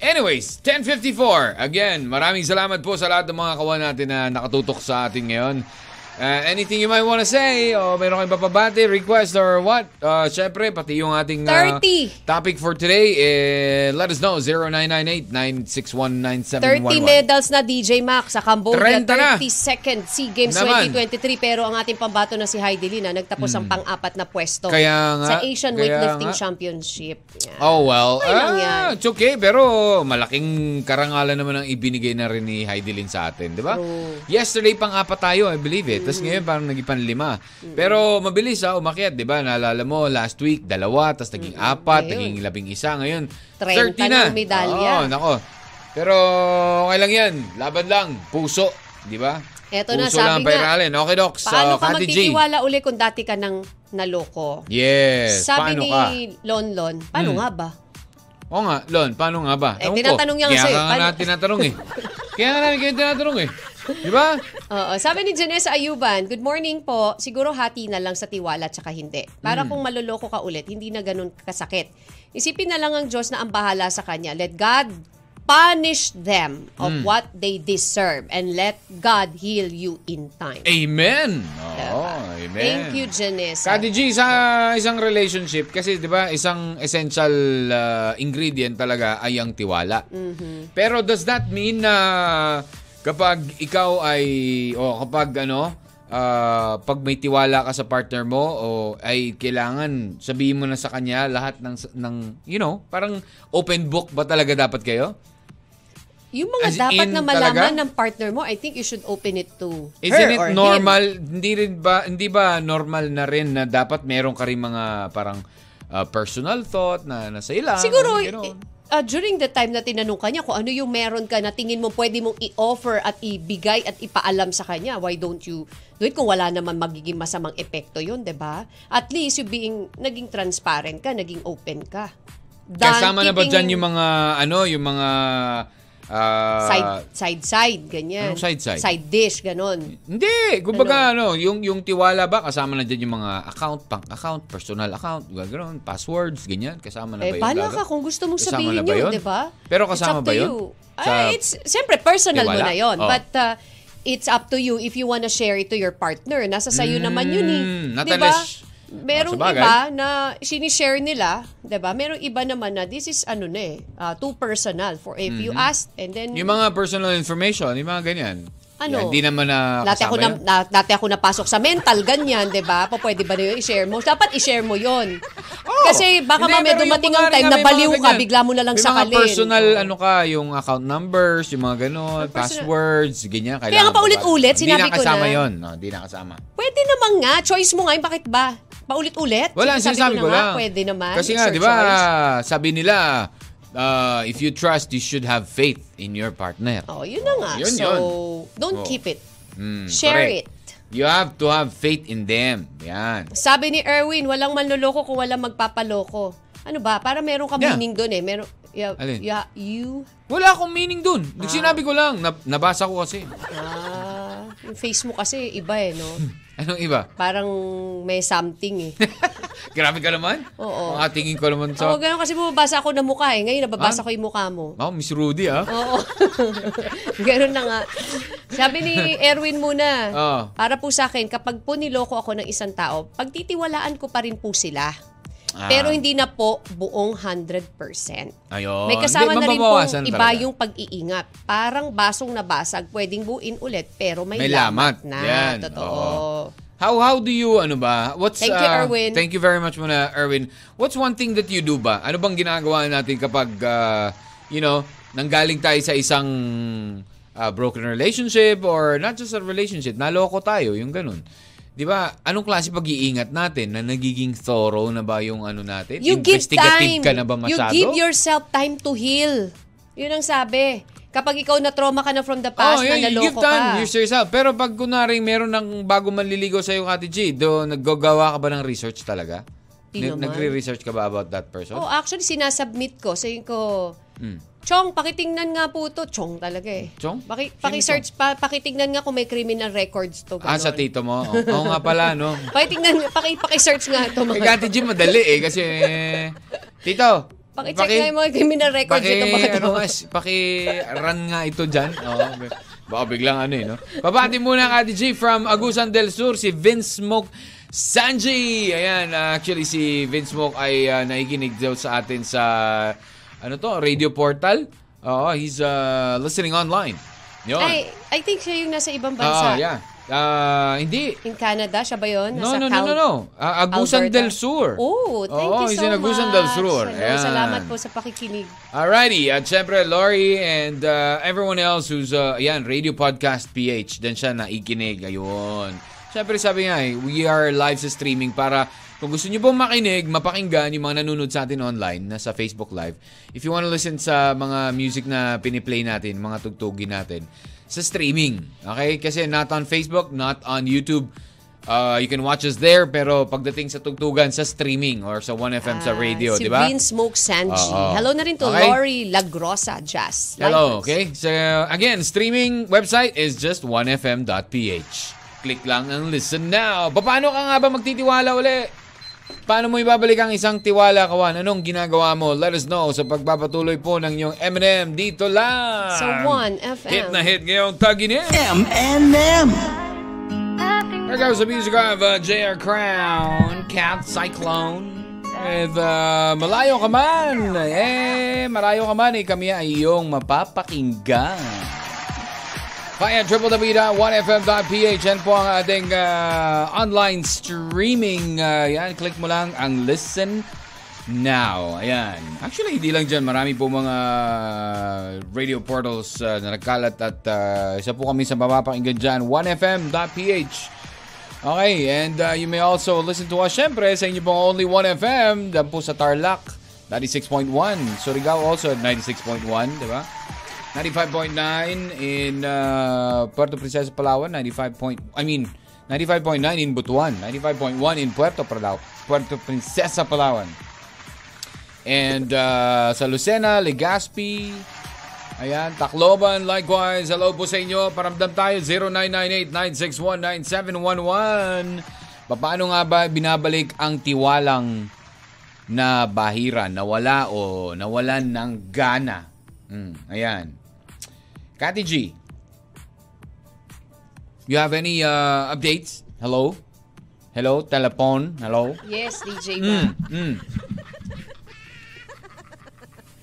Speaker 2: Anyways, 10.54. Again, maraming salamat po sa lahat ng mga kawan natin na nakatutok sa atin ngayon. Uh, anything you might wanna say o meron kayong papabati, request or what? Uh, Siyempre, pati yung ating ah,
Speaker 3: 30.
Speaker 2: topic for today, eh, let us know. 0998-961-9711.
Speaker 3: 30 medals na DJ Max sa
Speaker 2: 30
Speaker 3: Cambodia,
Speaker 2: na.
Speaker 3: 32nd SEA Games
Speaker 2: Naman.
Speaker 3: 2023. Pero ang ating pambato na si Heidi Lina nagtapos ang pang-apat na pwesto
Speaker 2: Hmm. Kaya nga,
Speaker 3: sa Asian
Speaker 2: kaya
Speaker 3: Weightlifting
Speaker 2: nga.
Speaker 3: Championship. Yan.
Speaker 2: Oh well,
Speaker 3: Ay lang yan.
Speaker 2: ah, it's okay pero malaking karangalan naman ang ibinigay na rin ni Heidi Lin sa atin, 'di ba?
Speaker 3: True. Mm.
Speaker 2: Yesterday pang-apat tayo, I believe it. Tapos ngayon parang naging panlima. Pero mabilis ah, umakyat, 'di ba? Naalala mo last week, dalawa, tapos naging apat,
Speaker 3: Ayun.
Speaker 2: naging labing isa, ngayon
Speaker 3: 30
Speaker 2: 30 na.
Speaker 3: ng medalya.
Speaker 2: Oo, nako. Pero okay lang 'yan. Laban lang, puso, 'di ba?
Speaker 3: Eto na,
Speaker 2: puso
Speaker 3: sabi
Speaker 2: lang ang
Speaker 3: nga,
Speaker 2: pairalin. Okay, Docs.
Speaker 3: Paano
Speaker 2: So,
Speaker 3: ka
Speaker 2: Kati G.
Speaker 3: magtitiwala uli kung dati ka nang naloko?
Speaker 2: Yes,
Speaker 3: Sabi
Speaker 2: paano
Speaker 3: ni
Speaker 2: ka? Hmm.
Speaker 3: Lonlon, paano nga ba?
Speaker 2: Oo nga, Lon, paano nga ba?
Speaker 3: Eh,
Speaker 2: Ewan ko.
Speaker 3: tinatanong niya
Speaker 2: Kaya
Speaker 3: kasi,
Speaker 2: ka nga
Speaker 3: paano-
Speaker 2: natin tinatanong eh. Kaya nga namin kayo tinatanong eh. Di ba?
Speaker 3: Oo. Sabi ni Janessa Ayuban, good morning po. Siguro hati na lang sa tiwala at saka hindi. Para
Speaker 2: Hmm.
Speaker 3: kung maloloko ka ulit, hindi na ganun kasakit. Isipin na lang ang Diyos na ang bahala sa kanya. Let God punish them of
Speaker 2: Hmm.
Speaker 3: what they deserve and let God heal you in time.
Speaker 2: Amen. Oo,
Speaker 3: Diba?
Speaker 2: amen.
Speaker 3: Thank you, Janessa.
Speaker 2: Kati G, sa isang relationship, kasi di ba isang essential uh, ingredient talaga ay ang tiwala. Pero does that mean na kapag ikaw ay, o kapag ano, ah, pag may tiwala ka sa partner mo, o ay kailangan sabihin mo na sa kanya lahat ng, ng you know, parang open book ba talaga dapat kayo?
Speaker 3: Yung
Speaker 2: As
Speaker 3: mga dapat
Speaker 2: in,
Speaker 3: na malaman
Speaker 2: talaga?
Speaker 3: ng partner mo, I think you should open it to
Speaker 2: Isn't
Speaker 3: her
Speaker 2: it
Speaker 3: or him.
Speaker 2: normal, hindi rin ba hindi ba normal na rin na dapat meron ka rin mga parang uh, personal thought na nasa ilang?
Speaker 3: Siguro,
Speaker 2: you know?
Speaker 3: eh, ah, during the time na tinanong ka niya kung ano yung meron ka na tingin mo pwede mong i-offer at ibigay at ipaalam sa kanya, why don't you do it kung wala naman magiging masamang epekto yun, di ba? At least you being, naging transparent ka, naging open ka. Than
Speaker 2: Kasama na ba
Speaker 3: keeping
Speaker 2: dyan yung mga ano, yung mga ah,
Speaker 3: side, side, side, ganyan.
Speaker 2: Anong side, side?
Speaker 3: Side dish, ganon.
Speaker 2: Hindi, kumbaga ano, yung yung tiwala ba kasama na diyan yung mga account, bank account, personal account, gano'n, passwords, ganyan, kasama na Ano ba
Speaker 3: Eh,
Speaker 2: yun?
Speaker 3: pahala
Speaker 2: lahat?
Speaker 3: ka kung gusto mong
Speaker 2: Kasama
Speaker 3: sabihin
Speaker 2: na ba
Speaker 3: yun,
Speaker 2: yun?
Speaker 3: di ba?
Speaker 2: Pero
Speaker 3: It's
Speaker 2: kasama
Speaker 3: up
Speaker 2: ba
Speaker 3: to
Speaker 2: yun?
Speaker 3: you.
Speaker 2: Sa-
Speaker 3: Ah, it's, siyempre, personal mo
Speaker 2: Tiwala?
Speaker 3: na yun.
Speaker 2: Oh.
Speaker 3: But uh, it's up to you if you wanna share it to your partner. Nasa sayo naman yun eh.
Speaker 2: Mm,
Speaker 3: Di ba?
Speaker 2: natalish.
Speaker 3: Merong
Speaker 2: Ah, sabagay.
Speaker 3: iba na sinishare nila, di ba? Merong iba naman na this is ano na eh, ah, too personal for if you ask and then...
Speaker 2: Mm-hmm. Yung mga personal information, yung mga ganyan.
Speaker 3: Ano?
Speaker 2: Yan, Hindi naman na
Speaker 3: Dati ako,
Speaker 2: kasama
Speaker 3: na,
Speaker 2: yun?
Speaker 3: na, dati ako napasok sa mental, ganyan, di ba? Pa, pwede ba na yun i-share mo? Dapat i-share mo yun. Kasi
Speaker 2: Oh,
Speaker 3: baka
Speaker 2: Hindi,
Speaker 3: mamaya
Speaker 2: pero yung
Speaker 3: dumating
Speaker 2: mga
Speaker 3: ang time
Speaker 2: nga,
Speaker 3: na
Speaker 2: may
Speaker 3: baliw
Speaker 2: mga
Speaker 3: ka,
Speaker 2: ganyan.
Speaker 3: bigla mo na lang
Speaker 2: May
Speaker 3: sakalin.
Speaker 2: mga personal,
Speaker 3: Oo.
Speaker 2: ano ka, yung account numbers, yung mga ganon,
Speaker 3: Personal-
Speaker 2: passwords, ganyan. Kailangan
Speaker 3: nga
Speaker 2: pa ba?
Speaker 3: paulit-ulit, sinabi
Speaker 2: Hindi
Speaker 3: ko
Speaker 2: nakasama
Speaker 3: na.
Speaker 2: yun. No, hindi nakasama.
Speaker 3: Pwede naman nga. Choice mo nga yun. Bakit ba? Paulit-ulit?
Speaker 2: Wala,
Speaker 3: Sige,
Speaker 2: sinasabi
Speaker 3: na
Speaker 2: ko,
Speaker 3: nga,
Speaker 2: lang.
Speaker 3: Pwede naman.
Speaker 2: Kasi
Speaker 3: It's
Speaker 2: nga,
Speaker 3: your
Speaker 2: di ba, ah,
Speaker 3: choice.
Speaker 2: sabi nila, uh, if you trust, you should have faith in your partner.
Speaker 3: Oh, yun na nga.
Speaker 2: Yun,
Speaker 3: so,
Speaker 2: yun.
Speaker 3: don't
Speaker 2: Oh.
Speaker 3: keep it.
Speaker 2: Mm,
Speaker 3: Share
Speaker 2: correct.
Speaker 3: it.
Speaker 2: You have to have faith in them. Yan.
Speaker 3: Sabi ni Erwin, walang manloloko kung walang magpapaloko. Ano ba? Para meron ka
Speaker 2: Yeah.
Speaker 3: meaning doon eh. Meron, yeah,
Speaker 2: Alin?
Speaker 3: yeah, you,
Speaker 2: Wala akong meaning dun. Sinabi ko lang, nab- nabasa ko kasi. <laughs>
Speaker 3: ah, yung face mo kasi iba eh, no?
Speaker 2: Anong iba?
Speaker 3: Parang may
Speaker 2: <laughs>
Speaker 3: something eh.
Speaker 2: Grabe ka naman.
Speaker 3: Oo.
Speaker 2: Mga tingin ko naman
Speaker 3: Oo,
Speaker 2: sa...
Speaker 3: ganun kasi bumabasa ako ng mukha eh. Ngayon,
Speaker 2: Ah?
Speaker 3: nababasa ko yung mukha mo.
Speaker 2: Oh, Miss Rudy, ah.
Speaker 3: Oo. <laughs> Ganun na nga. Sabi ni Erwin muna,
Speaker 2: Oo.
Speaker 3: para po sa akin, kapag po niloko ako ng isang tao, pagtitiwalaan ko pa rin po sila.
Speaker 2: Ah.
Speaker 3: Pero hindi na po buong 100%.
Speaker 2: Ayun.
Speaker 3: May
Speaker 2: Oh,
Speaker 3: kasama
Speaker 2: Hindi,
Speaker 3: na rin
Speaker 2: mababawasan
Speaker 3: pong iba
Speaker 2: talaga.
Speaker 3: yung pag-iingat. Parang basong nabasag, pwedeng buuin ulit, pero may,
Speaker 2: May lamat.
Speaker 3: na.
Speaker 2: Yan,
Speaker 3: Totoo.
Speaker 2: How how do you ano ba? What's
Speaker 3: Thank you,
Speaker 2: uh,
Speaker 3: Erwin.
Speaker 2: Thank you very much muna Erwin. What's one thing that you do ba? Ano bang ginagawa natin kapag uh, you know, nanggaling tayo sa isang uh, broken relationship or not just a relationship, naloko tayo, yung ganun. 'Di ba? Anong klase pag-iingat natin na nagiging thorough na ba yung ano natin?
Speaker 3: You give
Speaker 2: Investigative
Speaker 3: time.
Speaker 2: ka na ba masyado?
Speaker 3: You give yourself time to heal. Yun ang sabi. Kapag ikaw na-trauma ka na from the past,
Speaker 2: yeah,
Speaker 3: na
Speaker 2: Oh, you give
Speaker 3: naloko
Speaker 2: time,
Speaker 3: ka.
Speaker 2: use yourself. Pero pag kunwari meron ng bago manliligaw sa'yo, Kati G, do, naggagawa ka ba ng research talaga?
Speaker 3: Di naman.
Speaker 2: Nagre-research ka ba about that person?
Speaker 3: Oh, actually, sinasubmit ko. Sabi ko, Chong, pakitingnan nga po to. Chong talaga eh.
Speaker 2: Hmm. Chong?
Speaker 3: Paki,
Speaker 2: Sino
Speaker 3: pakisearch, pa, pakitingnan nga kung may criminal records to.
Speaker 2: ah, sa
Speaker 3: ganon.
Speaker 2: tito mo? Oo Oo nga pala,
Speaker 3: <laughs>
Speaker 2: no?
Speaker 3: Pakitingnan, paki, pakisearch nga to.
Speaker 2: Eh,
Speaker 3: Mga,
Speaker 2: Kati G, madali eh. Kasi, eh, tito,
Speaker 3: pakicheck nga yung mga criminal records
Speaker 2: paki,
Speaker 3: ito. Mga
Speaker 2: ano, nga, s- paki-run nga ito dyan. Oo. baka biglang ano eh, no? Babati muna, Kati G, from Agusan del Sur, si Vince Smoke Sanji. Ayan, ah, actually, si Vince Smoke ay ah, naikinig daw sa atin sa, ano to, radio portal. Oo, he's ah, listening online. Yun.
Speaker 3: Ay, I think siya yung nasa ibang
Speaker 2: Oo,
Speaker 3: bansa.
Speaker 2: yeah. Ah, hindi,
Speaker 3: In Canada, siya ba yun?
Speaker 2: No,
Speaker 3: Nasa
Speaker 2: no, no, no,
Speaker 3: Cal-
Speaker 2: no. Ah, Agusan
Speaker 3: Alberta.
Speaker 2: del Sur.
Speaker 3: Oh, thank
Speaker 2: Oo,
Speaker 3: you
Speaker 2: he's
Speaker 3: so
Speaker 2: in Agusan
Speaker 3: much.
Speaker 2: del Sur.
Speaker 3: Hello,
Speaker 2: Ayan.
Speaker 3: Salamat po sa pakikinig.
Speaker 2: Alrighty, at syempre uh, Lori and uh, everyone else who's, uh, ayan, Radio Podcast PH, din siya naikinig, ayun. Syempre sabi nga eh, we are live sa streaming para kung gusto nyo pong makinig, mapakinggan yung mga nanonood sa atin online na sa Facebook Live. If you wanna listen sa mga music na piniplay natin, mga tugtugin natin, sa streaming. Okay? Kasi not on Facebook, not on YouTube, Uh, you can watch us there pero pagdating sa tugtugan sa streaming or sa 1FM sa
Speaker 3: Ah,
Speaker 2: radio, di
Speaker 3: si
Speaker 2: ba?
Speaker 3: Green Smoke Sanji.
Speaker 2: Oo.
Speaker 3: Hello na rin to
Speaker 2: Okay.
Speaker 3: Lori Lagrosa Jazz.
Speaker 2: Hello,
Speaker 3: Lifers.
Speaker 2: okay? So, again, streaming website is just 1fm.ph. Click lang ang listen now. Pa- Paano ka nga ba magtitiwala uli? Paano mo ibabalik ang isang tiwala, Kawan? Anong ginagawa mo? Let us know sa pagpapatuloy po ng iyong M&M dito lang.
Speaker 3: Sa 1FM.
Speaker 2: Um, Hit na hit ngayong taginin.
Speaker 1: M&M.
Speaker 2: There goes the music of uh, J.R. Crown, Cat Cyclone, with uh, Malayo Ka Man. Eh, Malayo Ka Man, eh, kami ay iyong mapapakinggan. Via www.1fm.ph Yan po ang ating uh, online streaming. Uh, yan, click mo lang ang listen now. Ayan. Actually, hindi lang dyan. Marami po mga radio portals uh, na nagkalat at uh, isa po kami sa mapapakinggan dyan. 1fm.ph Okay, and uh, you may also listen to us, syempre, sa inyo pong Only 1FM, dyan po sa Tarlac, 96.1. Surigao also at 96.1, di ba? 95.9 in uh, Puerto Princesa, Palawan, 95. Point, I mean, 95.9 in Butuan, 95.1 in Puerto, Palau- Puerto Princesa, Palawan. And uh, sa Lucena, Legazpi, ayan, Tacloban, likewise. Hello po sa inyo. Paramdam tayo, 0998-961-9711. Paano nga ba binabalik ang tiwalang na bahira, nawala o nawalan ng gana? Mm, ayan. Kati G, you have any uh, updates? Hello? Hello? Telepon? Hello?
Speaker 3: Yes, DJ Mac.
Speaker 2: Mm.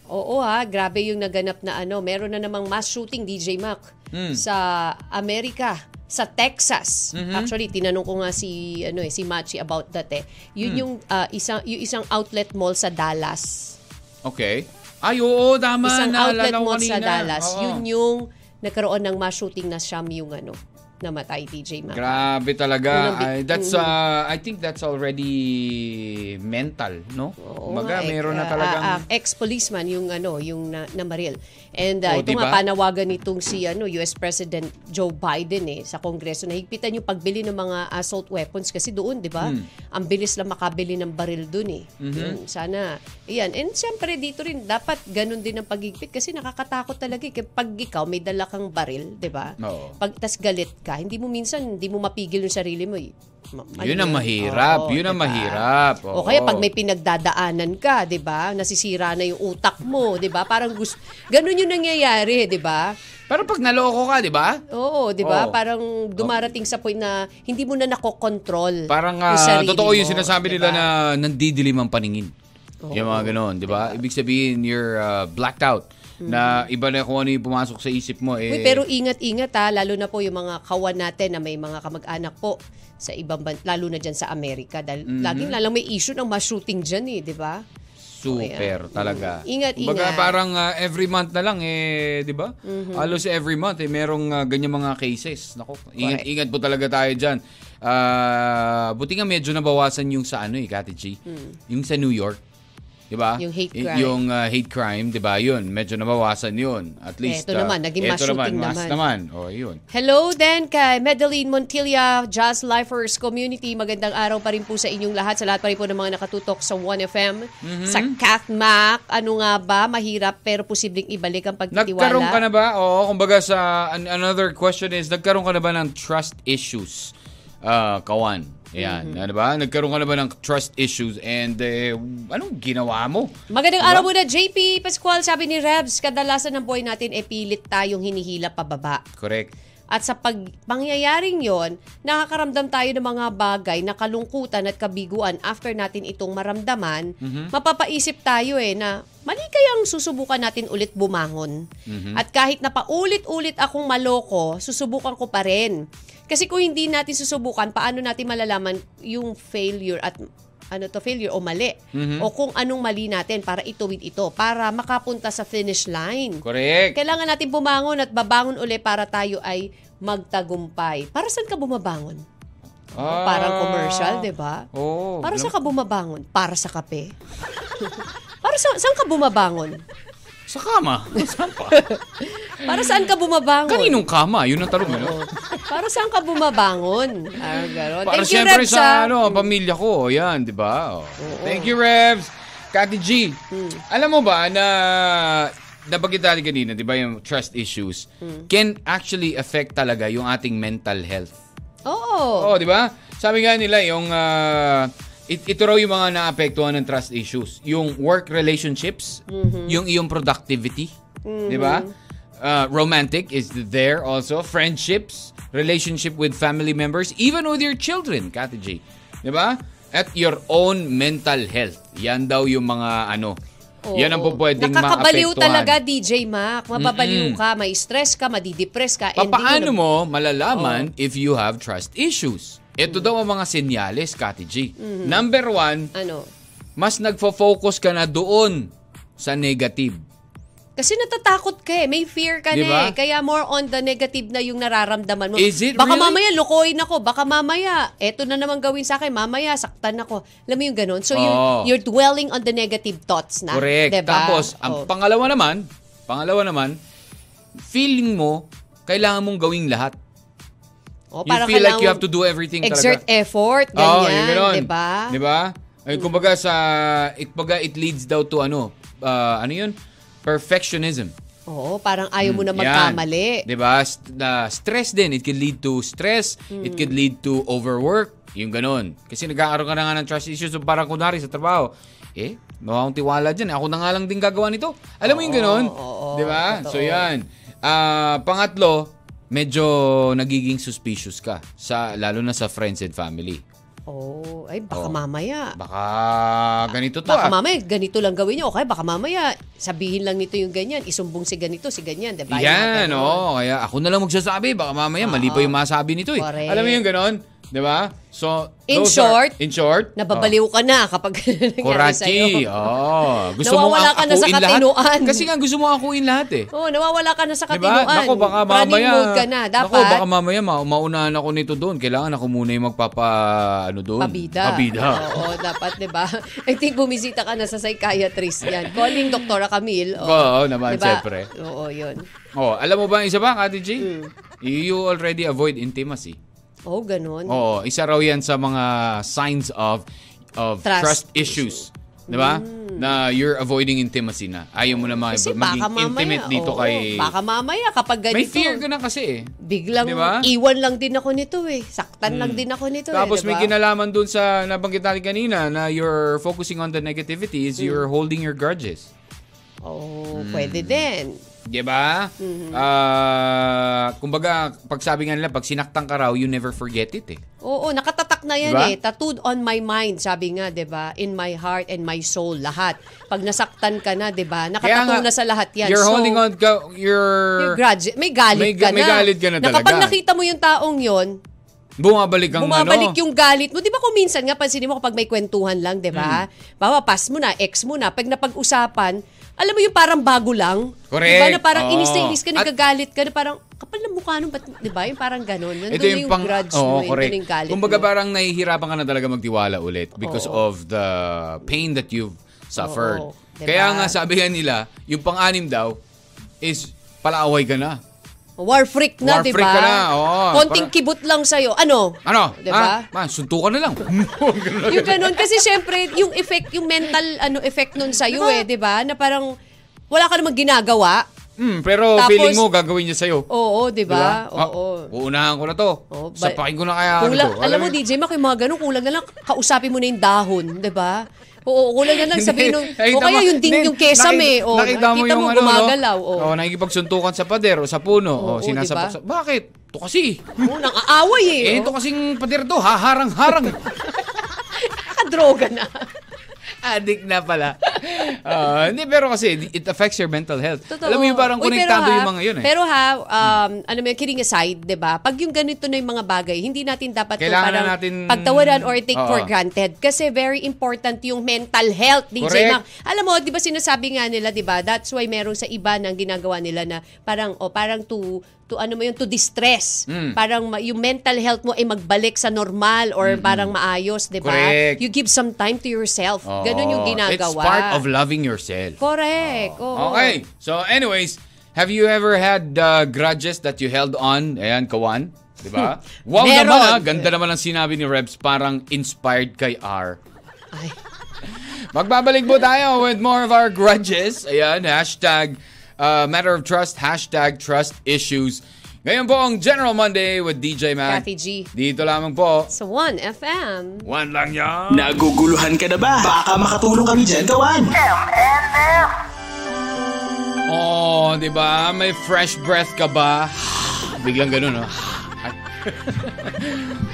Speaker 3: Oo ha, grabe yung naganap na ano. Meron na namang mass shooting, DJ Mac,
Speaker 2: Hmm.
Speaker 3: sa Amerika, sa Texas.
Speaker 2: Mm-hmm.
Speaker 3: Actually, tinanong ko nga si ano eh, si Machi about that eh. Yun
Speaker 2: Hmm.
Speaker 3: yung ah, isang yung isang outlet mall sa Dallas.
Speaker 2: Okay. Ay, oo, tama.
Speaker 3: isang outlet
Speaker 2: Naalala ko
Speaker 3: mall sa
Speaker 2: kanina.
Speaker 3: Dallas.
Speaker 2: Oo.
Speaker 3: Yun yung nagkaroon ng mass shooting na siyam yung ano, namatay DJ Mac.
Speaker 2: Grabe talaga.
Speaker 3: Unang big-
Speaker 2: Ay,
Speaker 3: Mm-hmm.
Speaker 2: that's, uh, I think that's already mental, no?
Speaker 3: Oo
Speaker 2: Maga,
Speaker 3: nga, eh,
Speaker 2: meron na
Speaker 3: ah,
Speaker 2: talagang...
Speaker 3: ah, ah, ex-policeman yung ano, yung na, namaril. And ah,
Speaker 2: Oo,
Speaker 3: ito
Speaker 2: diba?
Speaker 3: nga panawagan nitong si ano, US President Joe Biden eh sa Kongreso na higpitan yung pagbili ng mga assault weapons kasi doon, 'di ba?
Speaker 2: Hmm.
Speaker 3: Ang bilis lang makabili ng baril doon eh.
Speaker 2: Mhm.
Speaker 3: Yun, sana. Iyan. And syempre dito rin dapat ganun din ang paghigpit kasi nakakatakot talaga eh. Kapag ikaw may dala kang baril, 'di ba?
Speaker 2: Oo.
Speaker 3: Pag tas galit ka, hindi mo minsan hindi mo mapigil yung sarili mo. eh. Ma- ano
Speaker 2: Yun ang mahirap,
Speaker 3: Oo,
Speaker 2: yun ang
Speaker 3: diba?
Speaker 2: mahirap, oo.
Speaker 3: O kaya pag may pinagdadaanan ka, 'di ba? Nasisira na yung utak mo, 'di ba? Parang gusto ganun yung nangyayari, 'di ba?
Speaker 2: Pero pag naloko ka, diba? di ba?
Speaker 3: Oo, 'di ba?
Speaker 2: Oo.
Speaker 3: Parang dumarating sa point na hindi mo na nakokontrol.
Speaker 2: Parang ah,
Speaker 3: yung sarili
Speaker 2: totoo yung
Speaker 3: mo, diba?
Speaker 2: sinasabi
Speaker 3: 'di
Speaker 2: nila
Speaker 3: ba?
Speaker 2: na nandidilim ang paningin. Yung mga ganoon, di ba?
Speaker 3: diba?
Speaker 2: Ibig sabihin, you're ah, blacked out. Na iba na kung ano yung pumasok sa isip mo. Eh,
Speaker 3: Mm-hmm. Uy, pero ingat-ingat ha, lalo na po yung mga kawan natin na may mga kamag-anak po sa ibang ban- lalo na diyan sa Amerika dahil
Speaker 2: Mm-hmm.
Speaker 3: laging lalang may issue ng mass shooting diyan eh, 'di ba?
Speaker 2: Super
Speaker 3: Ayan.
Speaker 2: talaga.
Speaker 3: Mm. Ingat,
Speaker 2: Kumbaga,
Speaker 3: ingat. Mm-hmm.
Speaker 2: parang ah, every month na lang eh, 'di ba? Halos every month eh merong ah, ganyan mga cases. Nako, ingat
Speaker 3: Correct.
Speaker 2: ingat po talaga tayo diyan. Ah, buti nga medyo nabawasan yung sa ano eh, Kati G. Yung sa New York. 'Di ba?
Speaker 3: Hmm. Yung hate
Speaker 2: Y-
Speaker 3: crime.
Speaker 2: Yung ah, hate crime, 'di ba? Yun, medyo nabawasan yun. At least
Speaker 3: Eto
Speaker 2: ah,
Speaker 3: naman, naging mass
Speaker 2: eto naman,
Speaker 3: shooting
Speaker 2: mass naman.
Speaker 3: naman.
Speaker 2: Oh, yun.
Speaker 3: Hello then kay Madeline Montilla, Jazz Lifers Community. Magandang araw pa rin po sa inyong lahat. Sa lahat pa rin po ng mga nakatutok sa 1FM.
Speaker 2: Mm-hmm.
Speaker 3: Sa CACMAC, ano nga ba? Mahirap pero posibleng ibalik ang pagtitiwala.
Speaker 2: Nagkaroon ka na ba? Oo, kumbaga sa an- another question is, nagkaroon ka na ba ng trust issues? Ah, kawan. Yan,
Speaker 3: Mm-hmm.
Speaker 2: ano ba? Nagkaroon ka na ba ng trust issues and eh, anong ginawa mo?
Speaker 3: Magandang
Speaker 2: Diba?
Speaker 3: araw muna, JP Pascual. Sabi ni Rebs, kadalasan ng buhay natin e pilit tayong hinihila pababa.
Speaker 2: Correct.
Speaker 3: At sa pag pangyayaring yon, nakakaramdam tayo ng mga bagay na kalungkutan at kabiguan after natin itong maramdaman, mapapaisip tayo eh na mali kaya ang susubukan natin ulit bumangon. At kahit na paulit-ulit akong maloko, susubukan ko pa rin. Kasi kung hindi natin susubukan, paano natin malalaman yung failure at ano to failure o mali o kung anong mali natin para ituwid ito para makapunta sa finish line.
Speaker 2: Correct.
Speaker 3: Kailangan natin bumangon at babangon uli para tayo ay magtagumpay. Para saan ka bumabangon?
Speaker 2: Ah.
Speaker 3: Parang commercial, di ba?
Speaker 2: Oo.
Speaker 3: Para sa ka bumabangon? Para sa kape? para sa, saan ka bumabangon?
Speaker 2: Sa kama. <laughs> Saan pa?
Speaker 3: Para saan ka bumabangon? Oh,
Speaker 2: Kaninong kama? Yun ang tanong. Ano?
Speaker 3: Para saan ka bumabangon? Ah, ganon.
Speaker 2: Para
Speaker 3: Thank you,
Speaker 2: syempre
Speaker 3: Rebs.
Speaker 2: sa
Speaker 3: ah.
Speaker 2: ano, pamilya ko. Yan, di ba? Oh. Thank you, Rebs. Kati G,
Speaker 3: Hmm.
Speaker 2: alam mo ba na nabanggit natin kanina, di ba, yung trust issues
Speaker 3: Hmm.
Speaker 2: can actually affect talaga yung ating mental health.
Speaker 3: Oo.
Speaker 2: Oo, di ba? Sabi nga nila, yung... ah, it, ito raw yung mga naapektuhan ng trust issues. Yung work relationships, yung iyong productivity, di ba? Ah, romantic is there also. Friendships, relationship with family members, even with your children, Kati G. Di ba? At your own mental health. Yan daw yung mga ano.
Speaker 3: Oo.
Speaker 2: Yan ang po pwedeng
Speaker 3: Nakakabaliw
Speaker 2: maapektuhan.
Speaker 3: talaga, DJ Mac. Mababaliw ka, may stress ka, madidepress ka. and Oh. di
Speaker 2: Papaano
Speaker 3: na-
Speaker 2: mo malalaman if you have trust issues? Ito daw ang mga senyales, Kati G.
Speaker 3: Mm-hmm.
Speaker 2: Number one,
Speaker 3: Ano?
Speaker 2: mas nagfo-focus ka na doon sa negative.
Speaker 3: Kasi natatakot ka eh. May fear ka
Speaker 2: Di ba?
Speaker 3: na eh. Kaya more on the negative na yung nararamdaman mo.
Speaker 2: Is it
Speaker 3: Baka
Speaker 2: really?
Speaker 3: mamaya lukoyin ako. Baka mamaya, eto na naman gawin sa akin. Mamaya, saktan ako. Alam mo yung ganun? So you're,
Speaker 2: Oo.
Speaker 3: you're dwelling on the negative thoughts na.
Speaker 2: Correct.
Speaker 3: Diba?
Speaker 2: Tapos, ang
Speaker 3: Oh.
Speaker 2: pangalawa naman, pangalawa naman, feeling mo, kailangan mong gawing lahat.
Speaker 3: Oh,
Speaker 2: You
Speaker 3: parang
Speaker 2: feel like you
Speaker 3: kailangan
Speaker 2: have to do everything
Speaker 3: Exert
Speaker 2: talaga. Oh,
Speaker 3: effort,
Speaker 2: Oo,
Speaker 3: ganyan. diba?
Speaker 2: yung ganon. Di
Speaker 3: di ba?
Speaker 2: ba? Diba? Ay, kumbaga sa, it, kumbaga it leads daw to ano, ah, ano yun? Perfectionism.
Speaker 3: Oo, parang ayaw mo na
Speaker 2: Hmm, Yan.
Speaker 3: magkamali.
Speaker 2: 'Di ba? St- na stress din, it could lead to stress, it could lead to overwork, yung ganun. Kasi nagkakaroon ka na nga ng trust issues so parang kunwari sa trabaho. Eh, mawawang tiwala dyan. Ako na nga lang din gagawa nito. Alam mo yung ganun?
Speaker 3: oo,
Speaker 2: 'Di ba?
Speaker 3: totoo.
Speaker 2: So 'yan. Ah, pangatlo, medyo nagiging suspicious ka sa lalo na sa friends and family.
Speaker 3: Oo, Oh, ay baka
Speaker 2: Oo.
Speaker 3: mamaya.
Speaker 2: Baka ganito to.
Speaker 3: Baka
Speaker 2: ah.
Speaker 3: mamaya, ganito lang gawin niyo. Okay, baka mamaya, sabihin lang nito yung ganyan. Isumbong si ganito, si ganyan. Diba? Yung mga
Speaker 2: Yan,
Speaker 3: ganun. Ah,
Speaker 2: oo. Kaya ako na lang magsasabi. Baka mamaya mali pa yung masabi nito eh.
Speaker 3: Correct.
Speaker 2: Alam mo yung ganon? Di ba? So,
Speaker 3: In
Speaker 2: those are-
Speaker 3: short,
Speaker 2: in short,
Speaker 3: <laughs> Nababaliw ka na kapag
Speaker 2: oh,
Speaker 3: nangyari
Speaker 2: Korachi.
Speaker 3: sa'yo.
Speaker 2: Oh, gusto mo
Speaker 3: Nawawala ka na sa
Speaker 2: akuin lahat?
Speaker 3: katinoan.
Speaker 2: Kasi nga gusto mo akuin lahat eh.
Speaker 3: Oo, nawawala ka na sa
Speaker 2: Di ba?
Speaker 3: katinuan.
Speaker 2: Nako, Diba? baka
Speaker 3: Running
Speaker 2: mamaya.
Speaker 3: mode ka na. Dapat,
Speaker 2: Nako, baka mamaya ma maunahan ako nito doon. Kailangan ako muna yung magpapa, ano doon?
Speaker 3: pabida.
Speaker 2: Pabida.
Speaker 3: Oo, dapat, di ba? I think bumisita ka na sa psychiatrist
Speaker 2: <laughs>
Speaker 3: yan. Calling Doktora Camille. Oo,
Speaker 2: Oo, naman,
Speaker 3: Diba?
Speaker 2: syempre.
Speaker 3: Oo, yun.
Speaker 2: Oh, alam mo ba ang isa pa, Ate G? You already avoid intimacy.
Speaker 3: Oo, Oh, ganun.
Speaker 2: Oo, isa raw 'yan sa mga signs of of trust,
Speaker 3: Trust Mm.
Speaker 2: issues, 'di ba? Na you're avoiding intimacy na. Ayaw mo na ma-
Speaker 3: Kasi
Speaker 2: maging
Speaker 3: baka mamaya,
Speaker 2: intimate dito
Speaker 3: oo,
Speaker 2: kay
Speaker 3: Baka mamaya kapag ganito.
Speaker 2: May fear ka na kasi eh.
Speaker 3: Biglang
Speaker 2: Di ba?
Speaker 3: iwan lang din ako nito eh. Saktan lang din ako nito
Speaker 2: Hmm. Tapos
Speaker 3: eh.
Speaker 2: may
Speaker 3: diba?
Speaker 2: kinalaman dun sa nabanggit natin kanina na you're focusing on the negativity
Speaker 3: Mm.
Speaker 2: is you're holding your grudges.
Speaker 3: Oh,
Speaker 2: Hmm.
Speaker 3: pwede din.
Speaker 2: Di ba?
Speaker 3: Mm-hmm.
Speaker 2: Ah, kumbaga, pag sabi nga nila, pag sinaktan ka raw, you never forget it eh.
Speaker 3: Oo, nakatatak na yan
Speaker 2: Diba?
Speaker 3: eh. Tattooed on my mind, sabi nga, 'di ba? In my heart and my soul, lahat. Pag nasaktan ka na, 'di ba? Nakatattoo na sa lahat yan.
Speaker 2: You're
Speaker 3: So,
Speaker 2: holding on, ka,
Speaker 3: may
Speaker 2: you're,
Speaker 3: grudge- may galit
Speaker 2: May
Speaker 3: ka
Speaker 2: ga-
Speaker 3: na.
Speaker 2: may galit ka na talaga.
Speaker 3: kapag nakita mo yung taong yon,
Speaker 2: bumabalik ang
Speaker 3: bumabalik
Speaker 2: ano.
Speaker 3: yung galit mo. Di ba kung minsan nga, pansinin mo kapag may kwentuhan lang, di
Speaker 2: Hmm.
Speaker 3: ba? Bawa, pass mo na, ex mo na. Pag napag-usapan, alam mo yung parang bago lang.
Speaker 2: Correct.
Speaker 3: Di ba na parang
Speaker 2: Oo.
Speaker 3: inis na inis ka,
Speaker 2: At-
Speaker 3: nagagalit ka na parang, kapal na mukha nun, ba't, di ba? Yung parang ganun. Nandun
Speaker 2: Ito
Speaker 3: na
Speaker 2: yung,
Speaker 3: yung
Speaker 2: pang,
Speaker 3: grudge
Speaker 2: Oo,
Speaker 3: mo, eh. yun,
Speaker 2: correct.
Speaker 3: yun yung galit
Speaker 2: Kumbaga
Speaker 3: mo.
Speaker 2: parang nahihirapan ka na talaga magtiwala ulit because
Speaker 3: Oo.
Speaker 2: of the pain that you've suffered.
Speaker 3: Oo, diba?
Speaker 2: Kaya nga sabi nga nila, yung pang-anim daw is palaaway ka na.
Speaker 3: War freak
Speaker 2: War
Speaker 3: na, di ba?
Speaker 2: freak ka na, oo. Parang-
Speaker 3: Konting kibot lang sa'yo. Ano?
Speaker 2: Ano?
Speaker 3: Di
Speaker 2: Ah,
Speaker 3: ba?
Speaker 2: man, suntukan na lang. Ganun.
Speaker 3: yung ganun. Kasi syempre, yung effect, yung mental ano effect nun sa'yo eh, di ba? Na parang, wala ka namang ginagawa.
Speaker 2: Hmm, pero
Speaker 3: Tapos-
Speaker 2: feeling mo gagawin niya sa'yo.
Speaker 3: Oo, di ba?
Speaker 2: Ah,
Speaker 3: Oo.
Speaker 2: uunahan ko na to.
Speaker 3: Oo, ba-
Speaker 2: Sapakin ko na kaya ano
Speaker 3: Kulang,
Speaker 2: to.
Speaker 3: alam mo, DJ Mac, yung mga ganun, kulang na lang, kausapin mo na yung dahon, di ba? Oo, kulang
Speaker 2: <laughs>
Speaker 3: na lang sabihin nung,
Speaker 2: Ay,
Speaker 3: o kaya
Speaker 2: tama.
Speaker 3: yung ding,
Speaker 2: Hindi,
Speaker 3: yung kesam
Speaker 2: nakik-
Speaker 3: eh. O,
Speaker 2: nakita mo yung ano,
Speaker 3: gumagalaw.
Speaker 2: no?
Speaker 3: Oo,
Speaker 2: Oo, nakikipagsuntukan sa pader o sa puno.
Speaker 3: Oo,
Speaker 2: o, sinasapak
Speaker 3: diba?
Speaker 2: sa- Bakit? To kasi.
Speaker 3: Oo, nang-aaway eh.
Speaker 2: Eh,
Speaker 3: Eh,
Speaker 2: ito kasing pader to, haharang-harang.
Speaker 3: Nakadroga na.
Speaker 2: <laughs> Addict na pala. Ah, hindi, pero kasi it affects your mental health.
Speaker 3: Totoo.
Speaker 2: Alam mo yung parang
Speaker 3: Uy, pero
Speaker 2: konektado
Speaker 3: ha,
Speaker 2: yung mga yun eh.
Speaker 3: Pero ha, um, ano may kidding aside, 'di ba? Pag yung ganito na yung mga bagay, hindi natin dapat to
Speaker 2: Kailangan na
Speaker 3: parang
Speaker 2: natin-
Speaker 3: pagtawaran or take
Speaker 2: Oo.
Speaker 3: for granted kasi very important yung mental health ni
Speaker 2: Correct.
Speaker 3: Mac. Alam mo, 'di ba sinasabi nga nila, 'di ba? That's why meron sa iba nang ginagawa nila na parang o parang to to ano mo yun to distress.
Speaker 2: Hmm.
Speaker 3: Parang ma- yung mental health mo ay magbalik sa normal or parang maayos, 'di ba?
Speaker 2: Correct.
Speaker 3: You give some time to yourself.
Speaker 2: Oo.
Speaker 3: Ganun yung ginagawa.
Speaker 2: It's part of loving yourself.
Speaker 3: Correct. Oo.
Speaker 2: Okay. So anyways, have you ever had uh, grudges that you held on? Ayan, kawan. Di ba? Wow
Speaker 3: Hmm. Meron.
Speaker 2: naman ah. Ganda naman ang sinabi ni Rebs. Parang inspired kay R.
Speaker 3: Ay.
Speaker 2: Magbabalik po tayo with more of our grudges. Ayan, hashtag uh, matter of trust, hashtag trust issues. Ngayon po ang General Monday with DJ Mac.
Speaker 3: Cathy G.
Speaker 2: Dito lamang po.
Speaker 3: Sa 1FM.
Speaker 2: One lang yan.
Speaker 4: Naguguluhan ka na ba? Baka makatulong kami dyan, gawan.
Speaker 5: MNF.
Speaker 2: Oh, di ba? May fresh breath ka ba? <sighs> Biglang ganun, oh.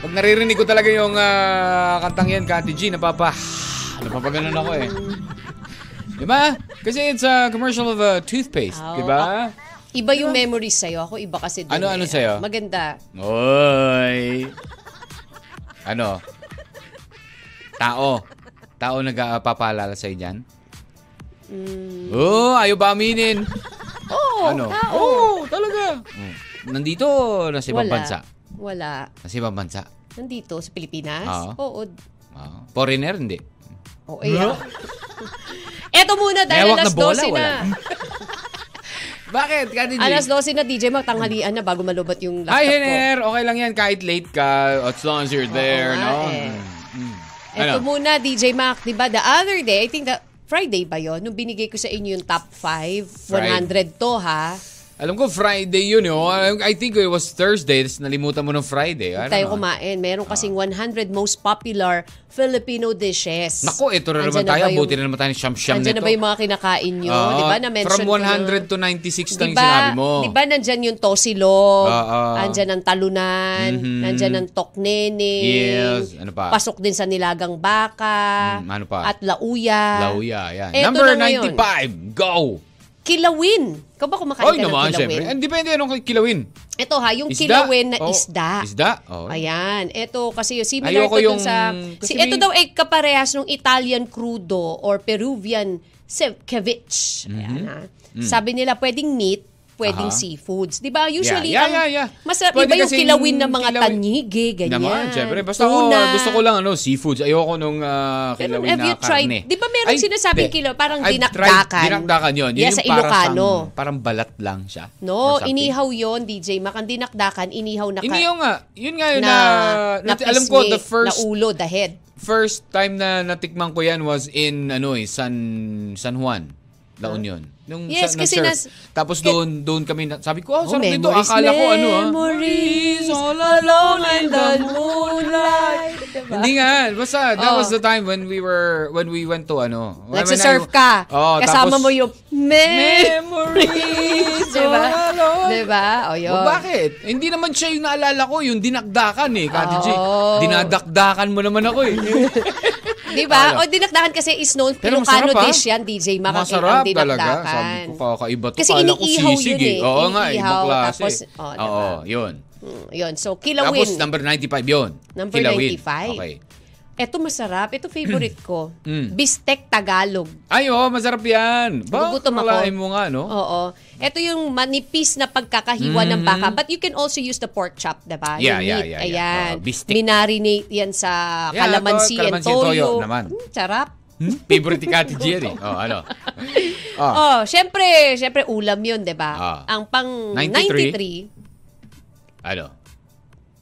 Speaker 2: Pag naririnig ko talaga yung ah, kantang yan, Kati G, napapa... <sighs> Napapaganon ako eh. Di ba? Kasi it's a commercial of a toothpaste, di ba?
Speaker 3: Iba yung memories sa'yo. Ako iba kasi din.
Speaker 2: Ano, ano
Speaker 3: eh.
Speaker 2: sa'yo?
Speaker 3: Maganda.
Speaker 2: Oy! Ano? Tao. Tao nagpapaalala sa'yo dyan?
Speaker 3: Mm,
Speaker 2: Oo, oh, ayaw ba aminin?
Speaker 3: Oo,
Speaker 2: ano?
Speaker 3: tao. Hmm.
Speaker 2: Oo, talaga. Mm. Nandito, nasa ibang
Speaker 3: Wala.
Speaker 2: bansa.
Speaker 3: Wala.
Speaker 2: Nasa ibang bansa.
Speaker 3: Nandito, sa Pilipinas?
Speaker 2: Oo.
Speaker 3: Oo.
Speaker 2: Ah, Foreigner, hindi.
Speaker 3: Oo, eh. Eto muna, dahil
Speaker 2: Mayawak na
Speaker 3: alas
Speaker 2: bola,
Speaker 3: 12
Speaker 2: wala.
Speaker 3: na.
Speaker 2: Bakit? Kati G?
Speaker 3: alas 12 na, DJ, magtanghalian na bago malubat yung laptop
Speaker 2: Hi,
Speaker 3: ko.
Speaker 2: Hiner. Okay lang yan. Kahit late ka, as long as you're there,
Speaker 3: nga
Speaker 2: no?
Speaker 3: eh.
Speaker 2: Mm.
Speaker 3: Eto
Speaker 2: Ano?
Speaker 3: muna, DJ Mac, di ba? The other day, I think that Friday ba yon Nung binigay ko sa inyo yung top 5,
Speaker 2: Friday.
Speaker 3: 100 to ha.
Speaker 2: Alam ko Friday yun, no? I think it was Thursday, tapos nalimutan mo ng Friday. I
Speaker 3: Huwag
Speaker 2: don't
Speaker 3: tayo
Speaker 2: know.
Speaker 3: kumain. Meron kasing
Speaker 2: Ah.
Speaker 3: 100 most popular Filipino dishes.
Speaker 2: Nako, ito na naman
Speaker 3: Andyan na
Speaker 2: tayo.
Speaker 3: ba
Speaker 2: Buti
Speaker 3: yung-
Speaker 2: na naman tayo siyam-siyam
Speaker 3: Nandiyan
Speaker 2: nito.
Speaker 3: na ba yung mga kinakain nyo?
Speaker 2: Oo.
Speaker 3: di ba? Na-mention
Speaker 2: Ah, From
Speaker 3: ko na.
Speaker 2: 100 to 96 lang
Speaker 3: Di
Speaker 2: yung
Speaker 3: ba-
Speaker 2: sinabi mo. Ah,
Speaker 3: Di ba nandyan yung tosilog,
Speaker 2: Oo.
Speaker 3: nandyan ang talunan, nandyan ang tokneneng,
Speaker 2: Mm-hmm. Yes. Ano pa?
Speaker 3: pasok din sa nilagang baka,
Speaker 2: Mm, ano pa?
Speaker 3: at lauya.
Speaker 2: Lauya, yan.
Speaker 3: Ah, Eto
Speaker 2: Number
Speaker 3: na ngayon.
Speaker 2: 95, go!
Speaker 3: Kilawin. Ikaw ba kumakain
Speaker 2: Oy
Speaker 3: ka ng
Speaker 2: naman,
Speaker 3: kilawin?
Speaker 2: syempre. And depende anong kilawin.
Speaker 3: Ito ha, yung
Speaker 2: Isda.
Speaker 3: kilawin na
Speaker 2: Oh,
Speaker 3: isda.
Speaker 2: Isda. Oh.
Speaker 3: Ayan. Ito kasi yung similar
Speaker 2: Ayoko
Speaker 3: to dun
Speaker 2: yung-
Speaker 3: sa...
Speaker 2: kasi
Speaker 3: Si, ito
Speaker 2: may-
Speaker 3: daw ay kaparehas ng Italian crudo or Peruvian ceviche. Ayan ha. Sabi nila pwedeng meat, pwedeng
Speaker 2: Mm-hmm. Mm. Aha.
Speaker 3: seafoods. Di ba? Usually,
Speaker 2: Yeah,
Speaker 3: ang-
Speaker 2: yeah, yeah.
Speaker 3: masarap.
Speaker 2: Pwede
Speaker 3: iba yung
Speaker 2: kasing
Speaker 3: kilawin ng mga
Speaker 2: kilawin.
Speaker 3: tanigi, ganyan.
Speaker 2: Naman, syempre. Basta ako,
Speaker 3: tuna.
Speaker 2: gusto ko lang ano, seafoods. Ayoko nung ah,
Speaker 3: Pero
Speaker 2: kilawin
Speaker 3: have
Speaker 2: na
Speaker 3: you tried-
Speaker 2: karne.
Speaker 3: di ba merong sinasabing
Speaker 2: hindi.
Speaker 3: kilo- parang
Speaker 2: I've
Speaker 3: dinakdakan.
Speaker 2: tried- Dinakdakan yun. yun
Speaker 3: Yeah, sa
Speaker 2: yung para
Speaker 3: Ilocano.
Speaker 2: siyang- Parang balat lang siya.
Speaker 3: No,
Speaker 2: or something.
Speaker 3: inihaw yon DJ Mac. Ang dinakdakan, inihaw na ka-
Speaker 2: Ah, Inihaw nga. Yun nga yun
Speaker 3: na,
Speaker 2: na,
Speaker 3: na,
Speaker 2: nat- alam ko,
Speaker 3: pisngi,
Speaker 2: the first
Speaker 3: na ulo, the head.
Speaker 2: first time na natikman ko yan was in ano eh, San San Juan, La Union. Nung
Speaker 3: Yes, kasi
Speaker 2: nag-surf.
Speaker 3: nas-
Speaker 2: Tapos
Speaker 3: ke-
Speaker 2: doon doon kami na, sabi ko, oh, sarap
Speaker 3: memories,
Speaker 2: nito. Akala ko ano ah. oh,
Speaker 3: Memories, all alone in the moonlight. Diba?
Speaker 2: Hindi nga, basta that
Speaker 3: Oh.
Speaker 2: was the time when we were when we went to ano. when I-
Speaker 3: Nagsasurf ka.
Speaker 2: Oh, tapos-
Speaker 3: Kasama mo yung memories.
Speaker 2: Memories,
Speaker 3: <laughs> diba?
Speaker 2: all alone.
Speaker 3: Diba? O yun.
Speaker 2: O Oh, bakit? Hindi naman siya yung naalala ko, yung dinakdakan eh, Kati G.
Speaker 3: Oh.
Speaker 2: Dinadakdakan mo naman ako eh.
Speaker 3: <laughs> Diba?
Speaker 2: Ano?
Speaker 3: O dinakdakan kasi is known
Speaker 2: Pero
Speaker 3: Ilocano
Speaker 2: masarap, ah.
Speaker 3: dish yan, DJ Mac. ang-
Speaker 2: Masarap
Speaker 3: ang
Speaker 2: talaga.
Speaker 3: dinakdakan.
Speaker 2: Sabi ko, kakaiba to.
Speaker 3: Kasi
Speaker 2: Kala ko
Speaker 3: iniihaw yun
Speaker 2: sisig,
Speaker 3: eh.
Speaker 2: Oo nga,
Speaker 3: Iniihaw,
Speaker 2: ibang klase.
Speaker 3: tapos, oh, diba?
Speaker 2: eh. Oo, yun.
Speaker 3: Mm, Yun. So,
Speaker 2: Tapos
Speaker 3: kilawin.
Speaker 2: number 95 yun.
Speaker 3: Number 95.
Speaker 2: Okay. Mm.
Speaker 3: Ito masarap. Ito favorite ko. Bistek Tagalog.
Speaker 2: Ay, oo, masarap yan. Ba,
Speaker 3: Nagugutom ako. Oh.
Speaker 2: kalain mo nga, no?
Speaker 3: Oo. Ito yung manipis na pagkakahiwa ng baka. But you can also use the pork chop, diba?
Speaker 2: Mm-hmm. Yeah,
Speaker 3: Yung
Speaker 2: yeah,
Speaker 3: meat,
Speaker 2: yeah, yeah.
Speaker 3: Ayan.
Speaker 2: Oo, bistik.
Speaker 3: Minarinate yan sa
Speaker 2: Yeah,
Speaker 3: calamansi,
Speaker 2: to-
Speaker 3: and
Speaker 2: calamansi and
Speaker 3: toyo.
Speaker 2: toyo naman.
Speaker 3: Mm, sarap.
Speaker 2: Hmm? Favorite ni Kati G yan eh. Oh,
Speaker 3: <laughs>
Speaker 2: ano? Ah.
Speaker 3: Oh, syempre, syempre ulam yun, diba?
Speaker 2: Ah.
Speaker 3: Ang pang
Speaker 2: 93.
Speaker 3: 93,
Speaker 2: Ano?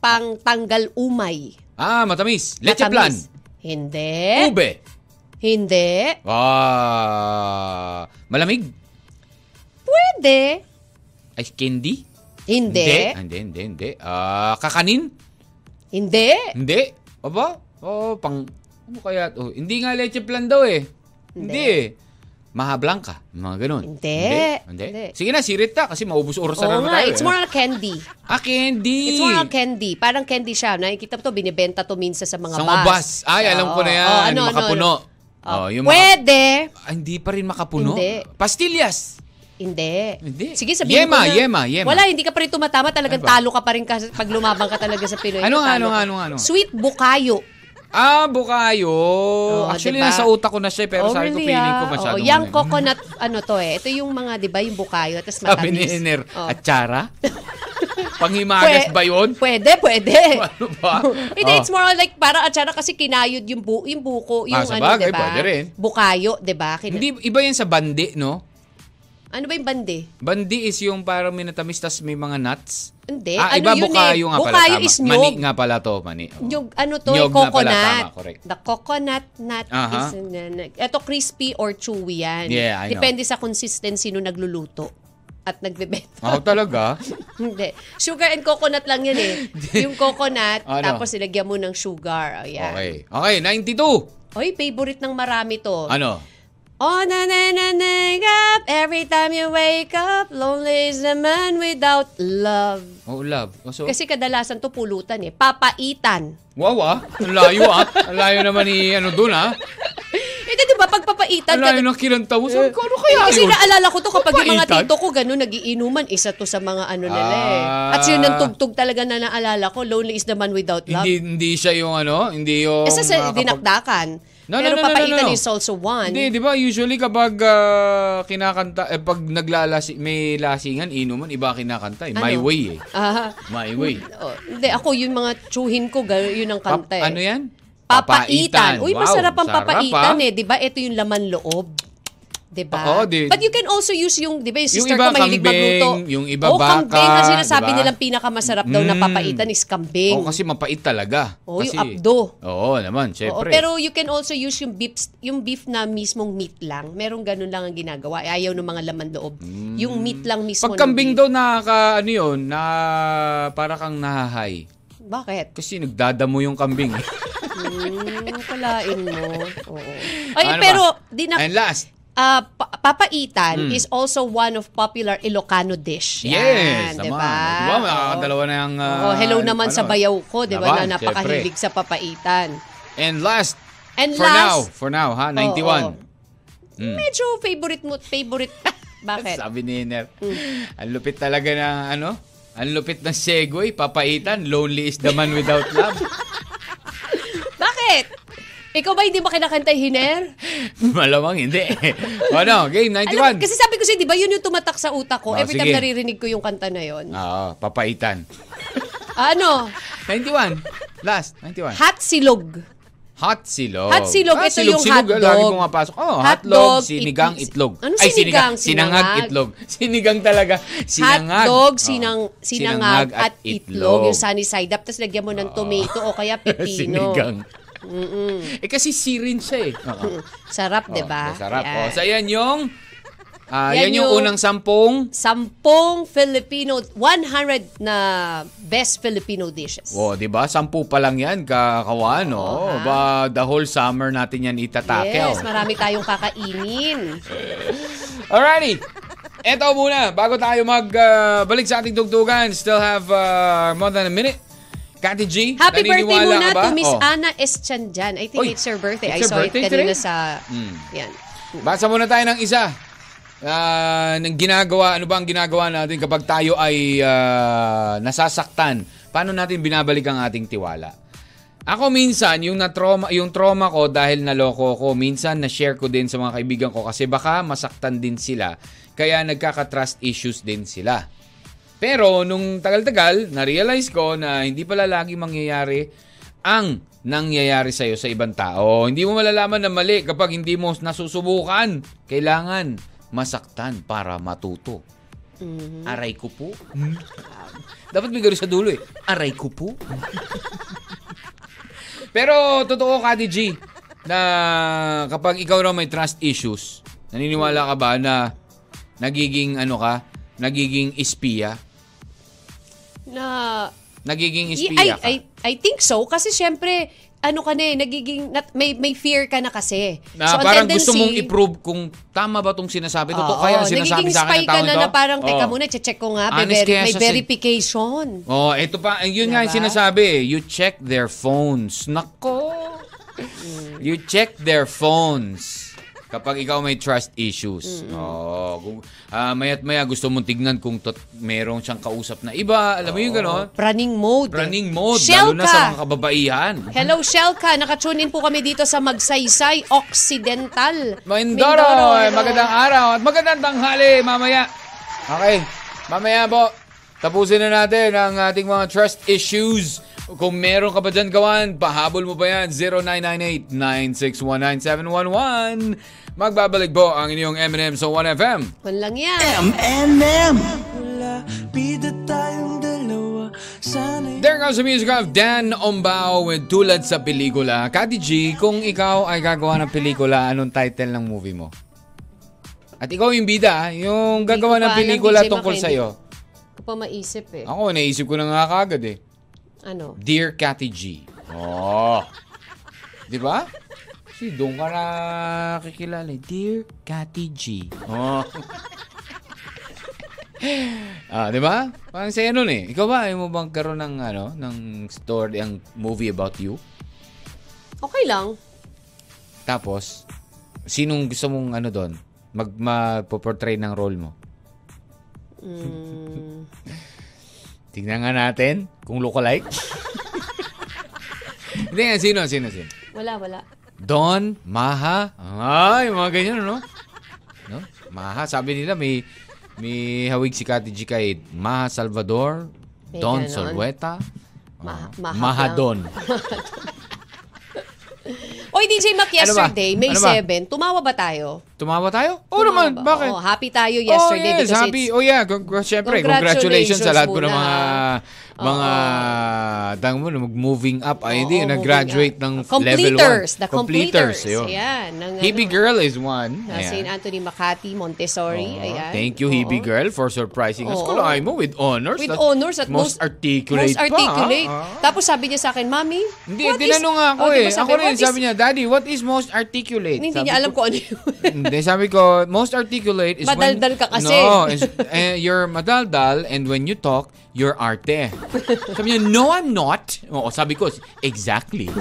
Speaker 3: pang tanggal umay.
Speaker 2: Ah, matamis. Leche plan.
Speaker 3: Matamis. Eh? Hindi.
Speaker 2: Ube.
Speaker 3: Hindi.
Speaker 2: Ah, malamig.
Speaker 3: Pwede.
Speaker 2: Ice candy.
Speaker 3: Hindi.
Speaker 2: Hindi, hindi, hindi. Ah, kakanin.
Speaker 3: Hindi.
Speaker 2: Hindi. Aba? Oo, pang... Ano kaya? Oh, hindi nga leche plan daw eh. Hindi eh. Maha Blanca. Mga ganun.
Speaker 3: Hindi.
Speaker 2: Hindi.
Speaker 3: Hindi.
Speaker 2: Sige na, sirit na kasi maubos oras na
Speaker 3: Oo
Speaker 2: naman
Speaker 3: nga,
Speaker 2: tayo.
Speaker 3: it's
Speaker 2: eh.
Speaker 3: more like candy.
Speaker 2: Ah, candy.
Speaker 3: It's more like candy. Parang candy siya. Nakikita mo to, binibenta to minsan sa mga
Speaker 2: Sa
Speaker 3: bus. ano,
Speaker 2: mga bus. Ay, alam ko na yan. Yung makapuno.
Speaker 3: Oh,
Speaker 2: Oh, yung
Speaker 3: Pwede.
Speaker 2: Ah, hindi pa rin makapuno.
Speaker 3: Hindi.
Speaker 2: Pastillas.
Speaker 3: Hindi.
Speaker 2: Hindi.
Speaker 3: Sige, sabihin
Speaker 2: Yema,
Speaker 3: ko na.
Speaker 2: yema, yema.
Speaker 3: Wala, hindi ka pa rin tumatama. Talagang
Speaker 2: Ano ba?
Speaker 3: talo ka pa rin kasi pag lumabang ka talaga sa Pinoy.
Speaker 2: Ano nga, ano
Speaker 3: Talo
Speaker 2: nga,
Speaker 3: ka.
Speaker 2: ano nga, ano?
Speaker 3: Sweet bukayo.
Speaker 2: Ah, bukayo. Actually,
Speaker 3: diba?
Speaker 2: nasa utak ko na siya, eh, pero
Speaker 3: Oh,
Speaker 2: sabi ko
Speaker 3: really,
Speaker 2: feeling ko
Speaker 3: ah?
Speaker 2: masyado.
Speaker 3: Oo,
Speaker 2: <laughs>
Speaker 3: yung eh. coconut, ano to eh. Ito yung mga, di ba, yung bukayo. Tapos matamis. <laughs>
Speaker 2: Sabi ni Ener,
Speaker 3: Oh.
Speaker 2: atsara? Panghimagas
Speaker 3: Pwe-
Speaker 2: ba yun?
Speaker 3: Pwede, pwede.
Speaker 2: <laughs> Ano ba?
Speaker 3: <laughs> Hindi,
Speaker 2: Oh.
Speaker 3: it's more like para atsara kasi kinayod yung, bu- yung buko, yung
Speaker 2: Ah, sa bagay,
Speaker 3: ano, diba?
Speaker 2: pwede rin.
Speaker 3: Bukayo, diba? Kin-
Speaker 2: Hindi, iba yan sa bandi, no?
Speaker 3: Ano ba yung bande?
Speaker 2: Bandi is yung parang may natamis tas may mga nuts.
Speaker 3: Hindi,
Speaker 2: Ah,
Speaker 3: ano
Speaker 2: iba
Speaker 3: yun
Speaker 2: bukayo nga
Speaker 3: eh.
Speaker 2: pala.
Speaker 3: Bukayo
Speaker 2: tama.
Speaker 3: is
Speaker 2: Mani
Speaker 3: nyog.
Speaker 2: nga pala to, mani. Oh. Oo.
Speaker 3: Yung ano to,
Speaker 2: Nyog na
Speaker 3: yung
Speaker 2: pala,
Speaker 3: coconut.
Speaker 2: tama, correct.
Speaker 3: The coconut nut
Speaker 2: Aha.
Speaker 3: is... Ito crispy or chewy yan.
Speaker 2: Yeah, I know.
Speaker 3: Depende sa consistency nung nagluluto at nagbebenta.
Speaker 2: Ako talaga?
Speaker 3: <laughs> Hindi. Sugar and coconut lang yan
Speaker 2: <laughs>
Speaker 3: eh. Yung coconut,
Speaker 2: Ano?
Speaker 3: tapos ilagyan mo ng sugar. O yan.
Speaker 2: Okay. Okay, 92!
Speaker 3: Oy, favorite ng marami to.
Speaker 2: Ano?
Speaker 3: Oh, na na na na up. Every time you wake up, lonely is the man without love.
Speaker 2: Oh, love. Oh, so,
Speaker 3: Kasi kadalasan to pulutan eh. Papaitan.
Speaker 2: wow ah. Ang layo ah. Ang layo naman ni ano dun ah.
Speaker 3: Eh, di ba,
Speaker 2: Ang
Speaker 3: pagpapaitan
Speaker 2: layo
Speaker 3: ka...
Speaker 2: ng kilanta mo. Sabi ko, ano
Speaker 3: Eh,
Speaker 2: kaya
Speaker 3: kasi
Speaker 2: yun?
Speaker 3: naalala ko to kapag yung mga
Speaker 2: Papaitan?
Speaker 3: tito ko gano'n nagiinuman, isa to sa mga ano nila eh.
Speaker 2: Ah.
Speaker 3: At yun ang tugtog talaga na naalala ko, Lonely is the man without love.
Speaker 2: Hindi, hindi siya yung ano, hindi yung...
Speaker 3: Isa sa
Speaker 2: nakakapag-
Speaker 3: dinakdakan.
Speaker 2: No, no, no,
Speaker 3: pero
Speaker 2: no, no,
Speaker 3: papaitan
Speaker 2: no, no.
Speaker 3: is also one.
Speaker 2: Hindi, di ba usually kapag ah, kinakanta, eh, pag naglalasi, may lasingan, inuman, iba kinakanta eh. My
Speaker 3: Ano?
Speaker 2: way eh.
Speaker 3: Ah, <laughs>
Speaker 2: My way.
Speaker 3: oh, hindi, ako yung mga tsuhin ko, gano'n yun ang
Speaker 2: Pap-
Speaker 3: kanta eh.
Speaker 2: ano yan?
Speaker 3: Papaitan. Uy,
Speaker 2: Wow,
Speaker 3: masarap ang
Speaker 2: sarap,
Speaker 3: papaitan
Speaker 2: ah.
Speaker 3: eh. Di ba? Ito yung laman loob. Di ba?
Speaker 2: Oo, di-
Speaker 3: But you can also use yung, di ba, yung
Speaker 2: Yung
Speaker 3: sister
Speaker 2: iba
Speaker 3: ko mahilig
Speaker 2: kambing,
Speaker 3: magluto.
Speaker 2: yung iba
Speaker 3: Oo, kambing.
Speaker 2: baka,
Speaker 3: Kasi sinasabi
Speaker 2: di ba?
Speaker 3: nilang pinakamasarap daw na
Speaker 2: Mm.
Speaker 3: papaitan is kambing.
Speaker 2: Oo, kasi mapait talaga.
Speaker 3: Oo, yung
Speaker 2: kasi,
Speaker 3: abdo.
Speaker 2: Oo, naman,
Speaker 3: Oo,
Speaker 2: syempre.
Speaker 3: pero you can also use yung beef, yung beef na mismong meat lang. Merong ganun lang ang ginagawa. Eh, Ayaw ng mga laman loob. Yung meat lang
Speaker 2: Mm.
Speaker 3: mismo.
Speaker 2: pag
Speaker 3: ng
Speaker 2: kambing daw
Speaker 3: beef.
Speaker 2: nakaka, ano yun, na para kang nahahay.
Speaker 3: Bakit?
Speaker 2: Kasi nagdadamo yung kambing. eh.
Speaker 3: Mm, kalain mo.
Speaker 2: <laughs>
Speaker 3: Oo. Ay,
Speaker 2: Ano ba?
Speaker 3: pero, di na,
Speaker 2: And last,
Speaker 3: Ah, pa-
Speaker 2: Hmm.
Speaker 3: papaitan is also one of popular Ilocano dish.
Speaker 2: yes,
Speaker 3: Yan,
Speaker 2: naman.
Speaker 3: diba?
Speaker 2: Diba,
Speaker 3: Oo.
Speaker 2: makakadalawa na yung... ah,
Speaker 3: Oo, hello naman
Speaker 2: ano,
Speaker 3: sa bayaw ko, di ba,
Speaker 2: naman,
Speaker 3: na napakahilig sa papaitan.
Speaker 2: syempre. And last,
Speaker 3: And
Speaker 2: for
Speaker 3: last-
Speaker 2: now, for now, ha, 91.
Speaker 3: Oo. Medyo favorite mo,
Speaker 2: <laughs>
Speaker 3: favorite,
Speaker 2: Hmm.
Speaker 3: bakit? Hmm.
Speaker 2: Sabi ni Ner, ang lupit talaga ng ano, ang lupit ng segue, papaitan, lonely is the man without love. <laughs>
Speaker 3: bakit? Ikaw ba hindi ba kinakanta yung hiner?
Speaker 2: Malamang hindi. <laughs> o ano, game 91.
Speaker 3: Alam, kasi sabi ko sa'yo, di ba, yun yung tumatak sa utak ko.
Speaker 2: Oh,
Speaker 3: Every
Speaker 2: sige.
Speaker 3: time naririnig ko yung kanta na yun.
Speaker 2: Oo, papaitan.
Speaker 3: Ano?
Speaker 2: 91. Last, 91.
Speaker 3: Hot silog.
Speaker 2: Hot silog.
Speaker 3: Hot silog, ito yung
Speaker 2: silog, ah,
Speaker 3: hot
Speaker 2: Lagi
Speaker 3: dog.
Speaker 2: kong mapasok. Oh, hot,
Speaker 3: Hot
Speaker 2: dog,
Speaker 3: dog,
Speaker 2: sinigang,
Speaker 3: it-
Speaker 2: itlog.
Speaker 3: Anong
Speaker 2: Ay,
Speaker 3: sinigang?
Speaker 2: Sinangag,
Speaker 3: Sinangag.
Speaker 2: itlog. <laughs> Sinigang talaga. Sinangag. Oh.
Speaker 3: Hot dog,
Speaker 2: Oo.
Speaker 3: sinang, sinangag, at, itlog. Yung sunny side up. Tapos lagyan mo ng tomato o
Speaker 2: <laughs>
Speaker 3: kaya pepino.
Speaker 2: sinigang. Eh kasi sirin siya eh. <laughs> Oo.
Speaker 3: Sarap, di ba?
Speaker 2: Oh, sarap.
Speaker 3: Yan.
Speaker 2: Oh, so yan yung ah,
Speaker 3: Yan
Speaker 2: yan, yung,
Speaker 3: Diba? yung-
Speaker 2: unang sampung.
Speaker 3: Sampung Filipino, 100 na best Filipino dishes.
Speaker 2: Oh, 'di ba? Sampu pa lang yan, kakawan,
Speaker 3: Oo,
Speaker 2: oh.
Speaker 3: ha?
Speaker 2: Ba the whole summer natin yan itatake.
Speaker 3: yes,
Speaker 2: oh.
Speaker 3: marami tayong kakainin.
Speaker 2: Alrighty. Eto muna, bago tayo magbalik sa ating tugtugan, still have uh, more than a minute. Kati G,
Speaker 3: Happy birthday
Speaker 2: naniniwala
Speaker 3: muna
Speaker 2: ka ba?
Speaker 3: to Miss
Speaker 2: Oh.
Speaker 3: Ana Eschanjan. I think
Speaker 2: Oy,
Speaker 3: it's her
Speaker 2: it's
Speaker 3: birthday. I
Speaker 2: her
Speaker 3: saw
Speaker 2: birthday
Speaker 3: it
Speaker 2: today?
Speaker 3: kanina
Speaker 2: Hmm.
Speaker 3: sa... Yan.
Speaker 2: Basa muna tayo ng isa. Ah, ng ginagawa, ano ba ang ginagawa natin kapag tayo ay ah, nasasaktan? Paano natin binabalik ang ating tiwala? Ako minsan, yung, na trauma, yung trauma ko dahil naloko ko, minsan na-share ko din sa mga kaibigan ko kasi baka masaktan din sila. Kaya nagkaka-trust issues din sila. Pero nung tagal-tagal, na-realize ko na hindi pala lagi mangyayari ang nangyayari sa'yo sa ibang tao. Hindi mo malalaman na mali kapag hindi mo nasusubukan. Kailangan masaktan para matuto. Aray ko po. Dapat may ganun sa dulo eh. Aray ko po. Pero totoo, Kati G, na kapag ikaw raw may trust issues, naniniwala ka ba na nagiging ano ka, nagiging ispiya?
Speaker 3: Na...
Speaker 2: Nagiging
Speaker 3: I,
Speaker 2: ispiya ka?
Speaker 3: I, I think so. Kasi syempre, ano ka na eh, nagiging, nat- may, may fear ka na kasi.
Speaker 2: na
Speaker 3: ang
Speaker 2: parang gusto
Speaker 3: tendency-
Speaker 2: mong i-prove kung tama ba tong sinasabi. Totoo
Speaker 3: Oo,
Speaker 2: kaya ang sinasabi
Speaker 3: nagiging
Speaker 2: sa akin ng
Speaker 3: spy ka
Speaker 2: taong
Speaker 3: na
Speaker 2: to?
Speaker 3: na parang, teka
Speaker 2: Oo.
Speaker 3: muna, check ko nga, may,
Speaker 2: Honest
Speaker 3: veri-
Speaker 2: kaya
Speaker 3: may
Speaker 2: siya si-
Speaker 3: verification.
Speaker 2: Oh, ito pa, yun nga yung
Speaker 3: Diba?
Speaker 2: sinasabi, eh. you check their phones. Nako.
Speaker 3: Mm.
Speaker 2: you check their phones kapag ikaw may trust issues.
Speaker 3: Mm.
Speaker 2: Oh, kung ah, maya't maya gusto mong tignan kung tot, merong siyang kausap na iba, alam mo yung gano'n?
Speaker 3: Running mode.
Speaker 2: Running mode,
Speaker 3: Shell
Speaker 2: lalo na sa
Speaker 3: ka.
Speaker 2: mga kababaihan.
Speaker 3: Hello, Shelka. Nakatune in po kami dito sa Magsaysay Occidental.
Speaker 2: Mindoro,
Speaker 3: Mindoro,
Speaker 2: eh,
Speaker 3: hello.
Speaker 2: magandang araw at magandang tanghali mamaya. Okay, mamaya po. Tapusin na natin ang ating mga trust issues. Kung meron ka pa dyan gawan, pahabol mo pa yan. 0998-9619711. Magbabalik po ang inyong M&M sa 1FM.
Speaker 3: Kun lang yan.
Speaker 4: M&M.
Speaker 1: Wala, bida tayong dalawa Sana'y
Speaker 2: There goes the music of Dan Ombao with Tulad sa Pelikula. Kati G, kung ikaw ay gagawa ng pelikula, anong title ng movie mo? At ikaw yung bida, ah, yung gagawa ng
Speaker 3: Hindi ko pa alam,
Speaker 2: pelikula
Speaker 3: DJ
Speaker 2: tungkol
Speaker 3: Mac,
Speaker 2: sa'yo.
Speaker 3: Hindi ko pa maisip eh.
Speaker 2: Ako, naisip ko na nga kagad eh.
Speaker 3: Ano?
Speaker 2: Dear Kati G. Oh. Di ba? Si doon ka na kikilala. Dear Kati G. Oh. <laughs> ah, di ba? Parang sa'yo nun eh. Ikaw ba, ayaw mo bang karoon ng, ano, ng story, ang movie about you?
Speaker 3: Okay lang.
Speaker 2: Tapos, sinong gusto mong ano doon? Mag, magpo-portray ng role mo?
Speaker 3: Mm,
Speaker 2: Tingnan nga natin kung lookalike. <laughs> Hindi nga, sino, sino, sino?
Speaker 3: wala, wala.
Speaker 2: Don, Maha. Ay, mga ganyan, no? no? Maha, sabi nila may may hawig si Kati G kay Maha Salvador,
Speaker 3: May
Speaker 2: Don
Speaker 3: ganon.
Speaker 2: Solweta,
Speaker 3: Ma-
Speaker 2: Maha,
Speaker 3: Maha lang.
Speaker 2: Don.
Speaker 3: Oy, DJ Mac, yesterday,
Speaker 2: Ano ba?
Speaker 3: May
Speaker 2: Ano ba?
Speaker 3: 7, tumawa ba tayo?
Speaker 2: Tumawa tayo? Oo naman,
Speaker 3: Tumawa ba?
Speaker 2: bakit?
Speaker 3: Oo, happy tayo yesterday
Speaker 2: oh, yes,
Speaker 3: because
Speaker 2: happy.
Speaker 3: it's-
Speaker 2: Oh yeah, con- con- syempre,
Speaker 3: Congratulations
Speaker 2: congratulations sa lahat po ng
Speaker 3: muna.
Speaker 2: mga mga dang mo mag-moving up ay hindi
Speaker 3: Oo,
Speaker 2: nag-graduate ng
Speaker 3: moving on.
Speaker 2: level 1.
Speaker 3: Completers, the completers.
Speaker 2: yun.
Speaker 3: Ayan, ng ano. Ah,
Speaker 2: Hebe Girl is one.
Speaker 3: Nasa
Speaker 2: Ayan.
Speaker 3: St. Anthony Makati, Montessori.
Speaker 2: Oo.
Speaker 3: ayan.
Speaker 2: Thank you, Hebe
Speaker 3: Oo.
Speaker 2: Girl, for surprising us.
Speaker 3: Oo.
Speaker 2: Kulaay mo with honors.
Speaker 3: With
Speaker 2: That-
Speaker 3: honors at
Speaker 2: most, articulate
Speaker 3: most articulate.
Speaker 2: pa. ah.
Speaker 3: Tapos sabi niya sa akin, Mami,
Speaker 2: Hindi,
Speaker 3: what is-
Speaker 2: tinanong nga ako
Speaker 3: Oh,
Speaker 2: eh.
Speaker 3: di ba
Speaker 2: Ako rin,
Speaker 3: what is-
Speaker 2: sabi niya, Daddy, what is most articulate?
Speaker 3: Hindi
Speaker 2: Sabi
Speaker 3: niya alam
Speaker 2: ko-
Speaker 3: kung ano yun.
Speaker 2: <laughs> Hindi, sabi ko, most articulate is
Speaker 3: Madaldal
Speaker 2: when...
Speaker 3: ka kasi.
Speaker 2: No, is, eh, you're madaldal and when you talk, you're arte. Sabi niya, no, I'm not. Oo, sabi ko, exactly. <laughs>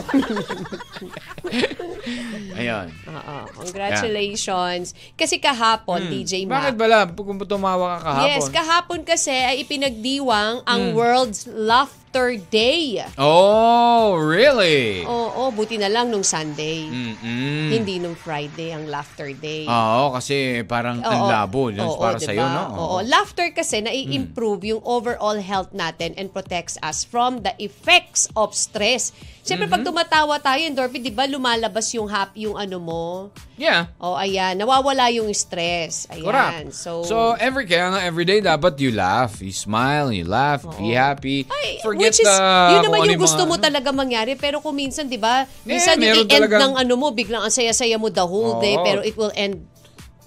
Speaker 2: Ayun.
Speaker 3: Oo, congratulations. Kasi kahapon, DJ
Speaker 2: Hmm.
Speaker 3: Mac.
Speaker 2: Bakit bala? Kung tumawa ka kahapon?
Speaker 3: Diba?
Speaker 2: Hmm.
Speaker 3: Yes, kahapon kasi ay ipinagdiwang ang World's Laughter Day.
Speaker 2: oh, really?
Speaker 3: Oo, buti na lang nung Sunday.
Speaker 2: Hmm. Mm-mm.
Speaker 3: Hindi nung Friday ang Laughter Day.
Speaker 2: Ah, Oo, kasi parang ang
Speaker 3: Oo.
Speaker 2: labo yun
Speaker 3: Oo,
Speaker 2: para
Speaker 3: diba?
Speaker 2: sa sa'yo, no? Hmm.
Speaker 3: Oo. Laughter kasi nai-improve yung overall health natin and protects us from the effects of stress. Siyempre,
Speaker 2: Mhm.
Speaker 3: pag tumatawa tayo, endorphin, di ba lumalabas yung hap, yung ano mo?
Speaker 2: Yeah.
Speaker 3: O, ayan. Nawawala yung stress. Ayan.
Speaker 2: Correct.
Speaker 3: So,
Speaker 2: so every kaya nga every day dapat you laugh, you smile, you laugh, be happy.
Speaker 3: Ay,
Speaker 2: Forget
Speaker 3: which is,
Speaker 2: the
Speaker 3: yun
Speaker 2: kung
Speaker 3: naman
Speaker 2: ano
Speaker 3: yung gusto
Speaker 2: mga-
Speaker 3: mo talaga mangyari. Pero kung minsan, di ba,
Speaker 2: Eh,
Speaker 3: minsan
Speaker 2: meron
Speaker 3: yung i-end
Speaker 2: talagang-
Speaker 3: ng ano mo, biglang ang saya-saya mo the whole
Speaker 2: Oo.
Speaker 3: day, pero it will end.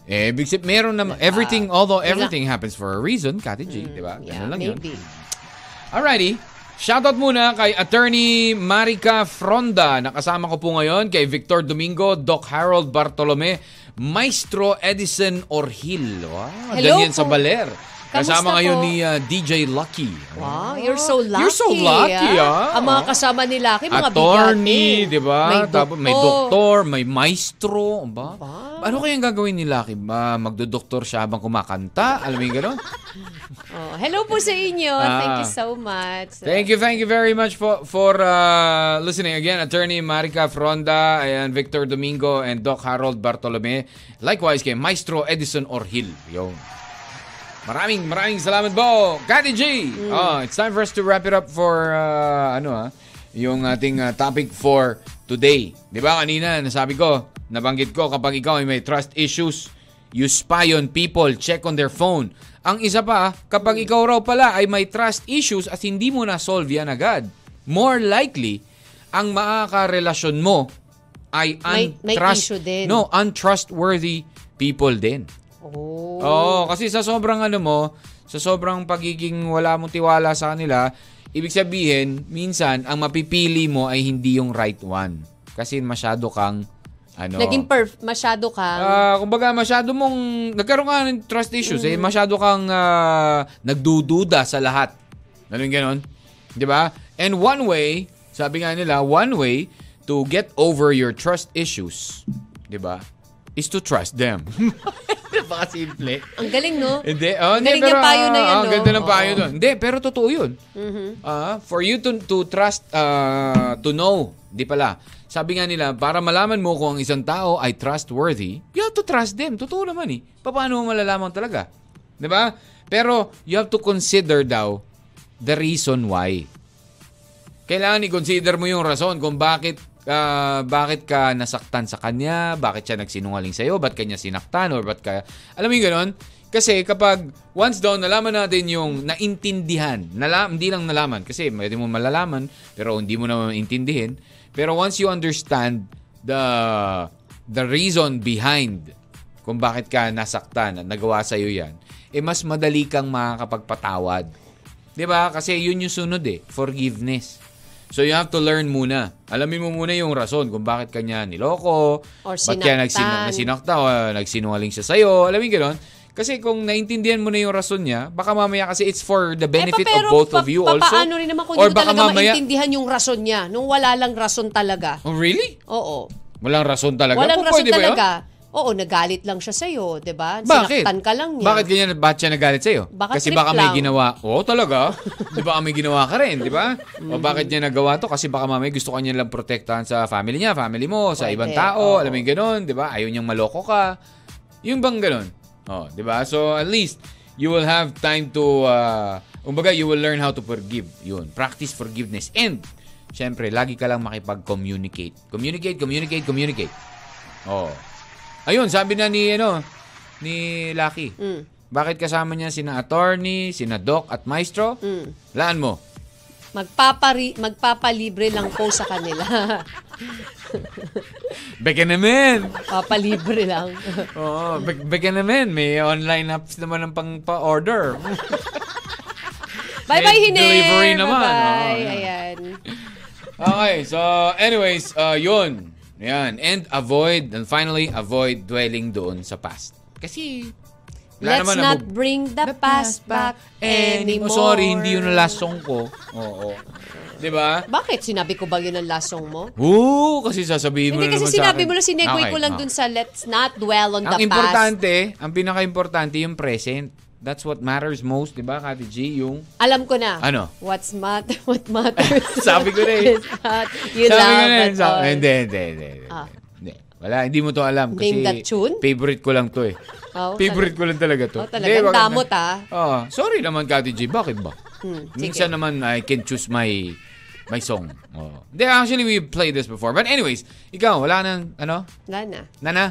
Speaker 2: Eh, big sip, meron naman
Speaker 3: Ah,
Speaker 2: everything although
Speaker 3: bigla-
Speaker 2: everything happens for a reason, Kati G, 'di ba?
Speaker 3: Mm, Yeah,
Speaker 2: Ganun lang yun.
Speaker 3: maybe.
Speaker 2: Alrighty. Shoutout muna kay Attorney Marika Fronda. Nakasama ko po ngayon kay Victor Domingo, Doc Harold Bartolome, Maestro Edison Orhil. Wow,
Speaker 3: Hello
Speaker 2: ganyan sa
Speaker 3: po.
Speaker 2: Baler.
Speaker 3: Kamusta
Speaker 2: Kasama ngayon
Speaker 3: po?
Speaker 2: ni ah, DJ Lucky.
Speaker 3: Wow, Diba? you're so lucky.
Speaker 2: You're so lucky, ah.
Speaker 3: Ang mga kasama ni Lucky, mga
Speaker 2: Attorney,
Speaker 3: bigati.
Speaker 2: di ba? Tapos May doktor, may maestro. Ba?
Speaker 3: Ba?
Speaker 2: Ano kayang gagawin ni Lucky? Ba, magdodoktor siya habang kumakanta? Alam mo yung gano'n?
Speaker 3: Oh, hello po sa inyo.
Speaker 2: Ah.
Speaker 3: Thank you so much.
Speaker 2: Thank you, thank you very much for for uh, listening again. Attorney Marika Fronda and Victor Domingo and Doc Harold Bartolome. Likewise kay Maestro Edison Orhil. Yo. Maraming maraming salamat po. Kati G.
Speaker 3: Mm.
Speaker 2: Oh, it's time for us to wrap it up for uh, ano ah, yung ating uh, topic for today. 'Di ba kanina nasabi ko, nabanggit ko kapag ikaw ay may trust issues, you spy on people, check on their phone. Ang isa pa, kapag ikaw raw pala ay may trust issues at hindi mo na-solve yan agad, more likely, ang makakarelasyon mo ay
Speaker 3: May- may
Speaker 2: untrust-
Speaker 3: issue din.
Speaker 2: No, untrustworthy people din.
Speaker 3: Oh.
Speaker 2: Oo, kasi sa sobrang ano mo, sa sobrang pagiging wala mong tiwala sa kanila, ibig sabihin, minsan, ang mapipili mo ay hindi yung right one. Kasi masyado kang, ano...
Speaker 3: Naging perf, masyado ka.
Speaker 2: Ah, kumbaga masyado mong nagkaroon ka ng trust issues eh masyado kang ah, nagdududa sa lahat. Ganun ganon. 'Di ba? And one way, sabi nga nila, one way to get over your trust issues, 'di ba? Is to trust them. Napaka simple.
Speaker 3: ang galing, no?
Speaker 2: Hindi, oh, hindi,
Speaker 3: Galing
Speaker 2: pero,
Speaker 3: yung payo na
Speaker 2: ah,
Speaker 3: yun,
Speaker 2: ah,
Speaker 3: no?
Speaker 2: ganda ng payo
Speaker 3: Oo. Mm-hmm.
Speaker 2: doon. Hindi, pero totoo yun. Ah, for you to, to trust, ah, to know, di pala. Sabi nga nila, para malaman mo kung ang isang tao ay trustworthy, you have to trust them. Totoo naman eh. Paano mo malalaman talaga? Di ba? Pero you have to consider daw the reason why. Kailangan i-consider mo yung rason kung bakit ah, bakit ka nasaktan sa kanya, bakit siya nagsinungaling sa'yo, ba't kanya sinaktan, or ba't ka... Alam mo yung ganun? Kasi kapag once down, nalaman natin yung naintindihan. Nala, hindi lang nalaman. Kasi pwede mo malalaman, pero hindi mo na maintindihin. Pero once you understand the the reason behind kung bakit ka nasaktan at nagawa sa'yo yan, eh mas madali kang makakapagpatawad. 'Di ba? Kasi yun yung sunod eh, forgiveness. So you have to learn muna. Alamin mo muna yung rason kung bakit kanya niloko,
Speaker 3: Or
Speaker 2: ba't kaya
Speaker 3: sinaktan.
Speaker 2: nagsin- sinakta o nagsinungaling siya sa'yo. Alamin gano'n. Kasi kung naintindihan mo na yung rason niya, baka mamaya kasi it's for the benefit
Speaker 3: Eh, pa- pero
Speaker 2: of both
Speaker 3: pa-
Speaker 2: of you
Speaker 3: pa-
Speaker 2: also.
Speaker 3: Paano rin naman kung hindi mo talaga maintindihan yung rason niya nung wala lang rason talaga.
Speaker 2: Oh, really?
Speaker 3: Oo.
Speaker 2: Walang rason talaga?
Speaker 3: Walang
Speaker 2: Oh,
Speaker 3: rason
Speaker 2: pwede ba yun?
Speaker 3: talaga. Oo, nagalit lang siya sa'yo, di ba?
Speaker 2: Bakit?
Speaker 3: Sinaktan ka lang niya.
Speaker 2: Bakit ganyan ba't siya nagalit sa'yo?
Speaker 3: Baka
Speaker 2: kasi
Speaker 3: trip
Speaker 2: baka may
Speaker 3: lang.
Speaker 2: ginawa. Oo, talaga. <laughs> di ba may ginawa ka rin, di ba? O bakit niya nagawa to? Kasi baka mamaya gusto kanya lang protektahan sa family niya, family mo, sa
Speaker 3: Pwede,
Speaker 2: ibang tao.
Speaker 3: oo.
Speaker 2: Alam mo yung ganun, di ba? Ayaw niyang maloko ka. Yung bang ganun? Oh, di ba? So at least, you will have time to, uh, umbaga, you will learn how to forgive. Yun, practice forgiveness. And, syempre, lagi ka lang makipag-communicate. Communicate, communicate, communicate. Oh. Ayun, sabi na ni ano ni Lucky. Bakit kasama niya sina attorney, sina doc at maestro? Laan mo.
Speaker 3: Magpapari, magpapalibre lang po sa kanila. <laughs>
Speaker 2: Beke naman.
Speaker 3: Papalibre lang.
Speaker 2: Oo, be- beke naman. May online apps naman ng pang pa-order.
Speaker 3: Bye-bye,
Speaker 2: May
Speaker 3: Hiner!
Speaker 2: delivery naman.
Speaker 3: Bye-bye.
Speaker 2: Oo,
Speaker 3: Ayan.
Speaker 2: Okay, so anyways, uh, yun. Yan. And avoid, and finally, avoid dwelling doon sa past. Kasi, wala
Speaker 3: Let's
Speaker 2: naman ang
Speaker 3: not
Speaker 2: mag-
Speaker 3: bring the past back anymore.
Speaker 2: Oh, sorry, hindi yun ang last song ko. Oo. Di ba?
Speaker 3: Bakit? Sinabi ko ba yun ang last song mo?
Speaker 2: Oo, kasi sasabihin mo na
Speaker 3: Hindi kasi
Speaker 2: naman sa
Speaker 3: sinabi
Speaker 2: akin.
Speaker 3: mo na sinegway
Speaker 2: Okay,
Speaker 3: ko lang
Speaker 2: okay.
Speaker 3: dun sa let's not dwell on the
Speaker 2: ang
Speaker 3: past.
Speaker 2: importante, ang pinaka-importante yung present. That's what matters most, di ba, Kati G? Yung,
Speaker 3: Alam ko na.
Speaker 2: Ano?
Speaker 3: What's mat <laughs> what matters?
Speaker 2: Sabi ko na eh.
Speaker 3: is not you
Speaker 2: sabi
Speaker 3: love
Speaker 2: ko na,
Speaker 3: at
Speaker 2: sabi,
Speaker 3: all.
Speaker 2: hindi, hindi, hindi, hindi.
Speaker 3: Ah.
Speaker 2: Hindi. Wala, hindi mo to alam kasi
Speaker 3: Name that tune?
Speaker 2: favorite ko lang to eh.
Speaker 3: Oh,
Speaker 2: favorite ko lang talaga to.
Speaker 3: Oh, talaga?
Speaker 2: Hindi, wag-
Speaker 3: Damot, ah. Hmm,
Speaker 2: Oo. sorry naman, Kati G. Bakit ba?
Speaker 3: sige.
Speaker 2: Minsan naman, I can choose my my song. Oh. Hindi, actually, we played this before. But anyways, ikaw, wala nang, ano?
Speaker 3: Wala na.
Speaker 2: Nana?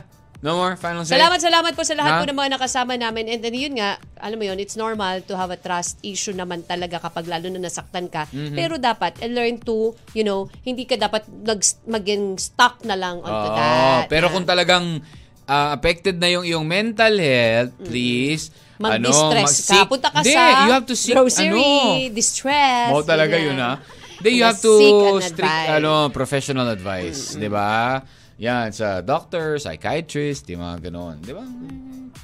Speaker 2: No more? Final say?
Speaker 3: Salamat, salamat po sa lahat
Speaker 2: Ha?
Speaker 3: po ng mga nakasama namin. And then yun nga, alam mo yun, it's normal to have a trust issue naman talaga kapag lalo na nasaktan ka.
Speaker 2: Mhm.
Speaker 3: Pero dapat, and learn to, you know, hindi ka dapat nag, maging stuck na lang onto
Speaker 2: Oo,
Speaker 3: that.
Speaker 2: Pero
Speaker 3: Yeah.
Speaker 2: kung talagang ah, affected na yung iyong mental health, please,
Speaker 3: Hmm. mag-distress
Speaker 2: ano,
Speaker 3: ka,
Speaker 2: mag-seek-
Speaker 3: punta ka
Speaker 2: Hindi,
Speaker 3: sa
Speaker 2: you have to seek,
Speaker 3: grocery,
Speaker 2: ano,
Speaker 3: distress.
Speaker 2: mo talaga yun,
Speaker 3: ganyan.
Speaker 2: ha? Then you have
Speaker 3: Just
Speaker 2: to
Speaker 3: seek an
Speaker 2: strict,
Speaker 3: advice.
Speaker 2: ano, professional advice, di ba? Yan, sa doctor, psychiatrist, yung mga ganon, di ba?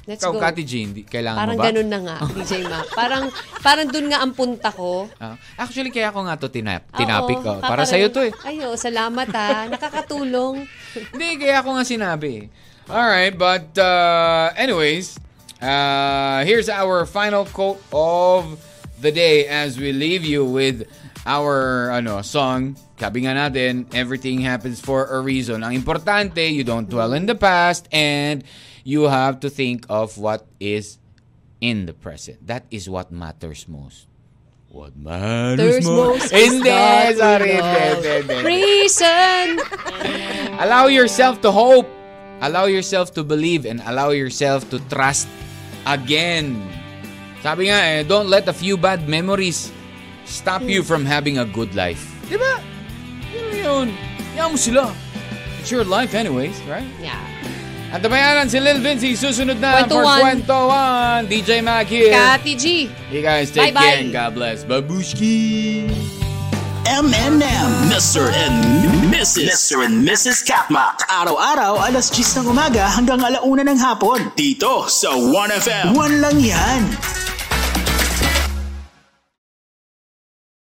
Speaker 3: Let's
Speaker 2: Ikaw,
Speaker 3: go.
Speaker 2: Kati Jean, di- kailangan
Speaker 3: Parang
Speaker 2: mo ba?
Speaker 3: ganun
Speaker 2: <laughs>
Speaker 3: na nga, DJ Mac. Parang, parang dun nga ang punta ko.
Speaker 2: Ah, actually, kaya ako nga to tinap, tinapik.
Speaker 3: Ah, Oo,
Speaker 2: oh. Para sa'yo to eh.
Speaker 3: Ayo, salamat ha. Nakakatulong.
Speaker 2: Hindi, kaya ako nga sinabi. Alright, but uh, anyways, uh, here's our final quote of the day as we leave you with our ano song. Sabi nga natin, everything happens for a reason. Ang importante, you don't dwell in the past and you have to think of what is in the present. That is what matters most. What matters
Speaker 3: There's
Speaker 2: most?
Speaker 3: most
Speaker 2: Hindi,
Speaker 3: is not
Speaker 2: sorry.
Speaker 3: enough.
Speaker 2: Hindi, hindi, hindi.
Speaker 3: Reason!
Speaker 2: <laughs> Allow yourself to hope. Allow yourself to believe and allow yourself to trust again. Sabi nga eh, don't let a few bad memories stop you from having a good life. Di ba? Yun yun. Yan mo sila. It's your life anyways, right?
Speaker 3: Yeah.
Speaker 2: At tabayanan si Lil Vinci, susunod na for Kwento
Speaker 3: Kwentuhan.
Speaker 2: 1. DJ Mac here.
Speaker 3: Kati G.
Speaker 2: You guys take
Speaker 3: Bye-bye.
Speaker 2: care and God bless. Babushki.
Speaker 4: MNM, Mr. and Mrs. Mr. and Mrs. Katma.
Speaker 6: Araw-araw, alas 10 ng umaga hanggang alauna ng hapon.
Speaker 4: Dito sa 1FM.
Speaker 6: One lang yan.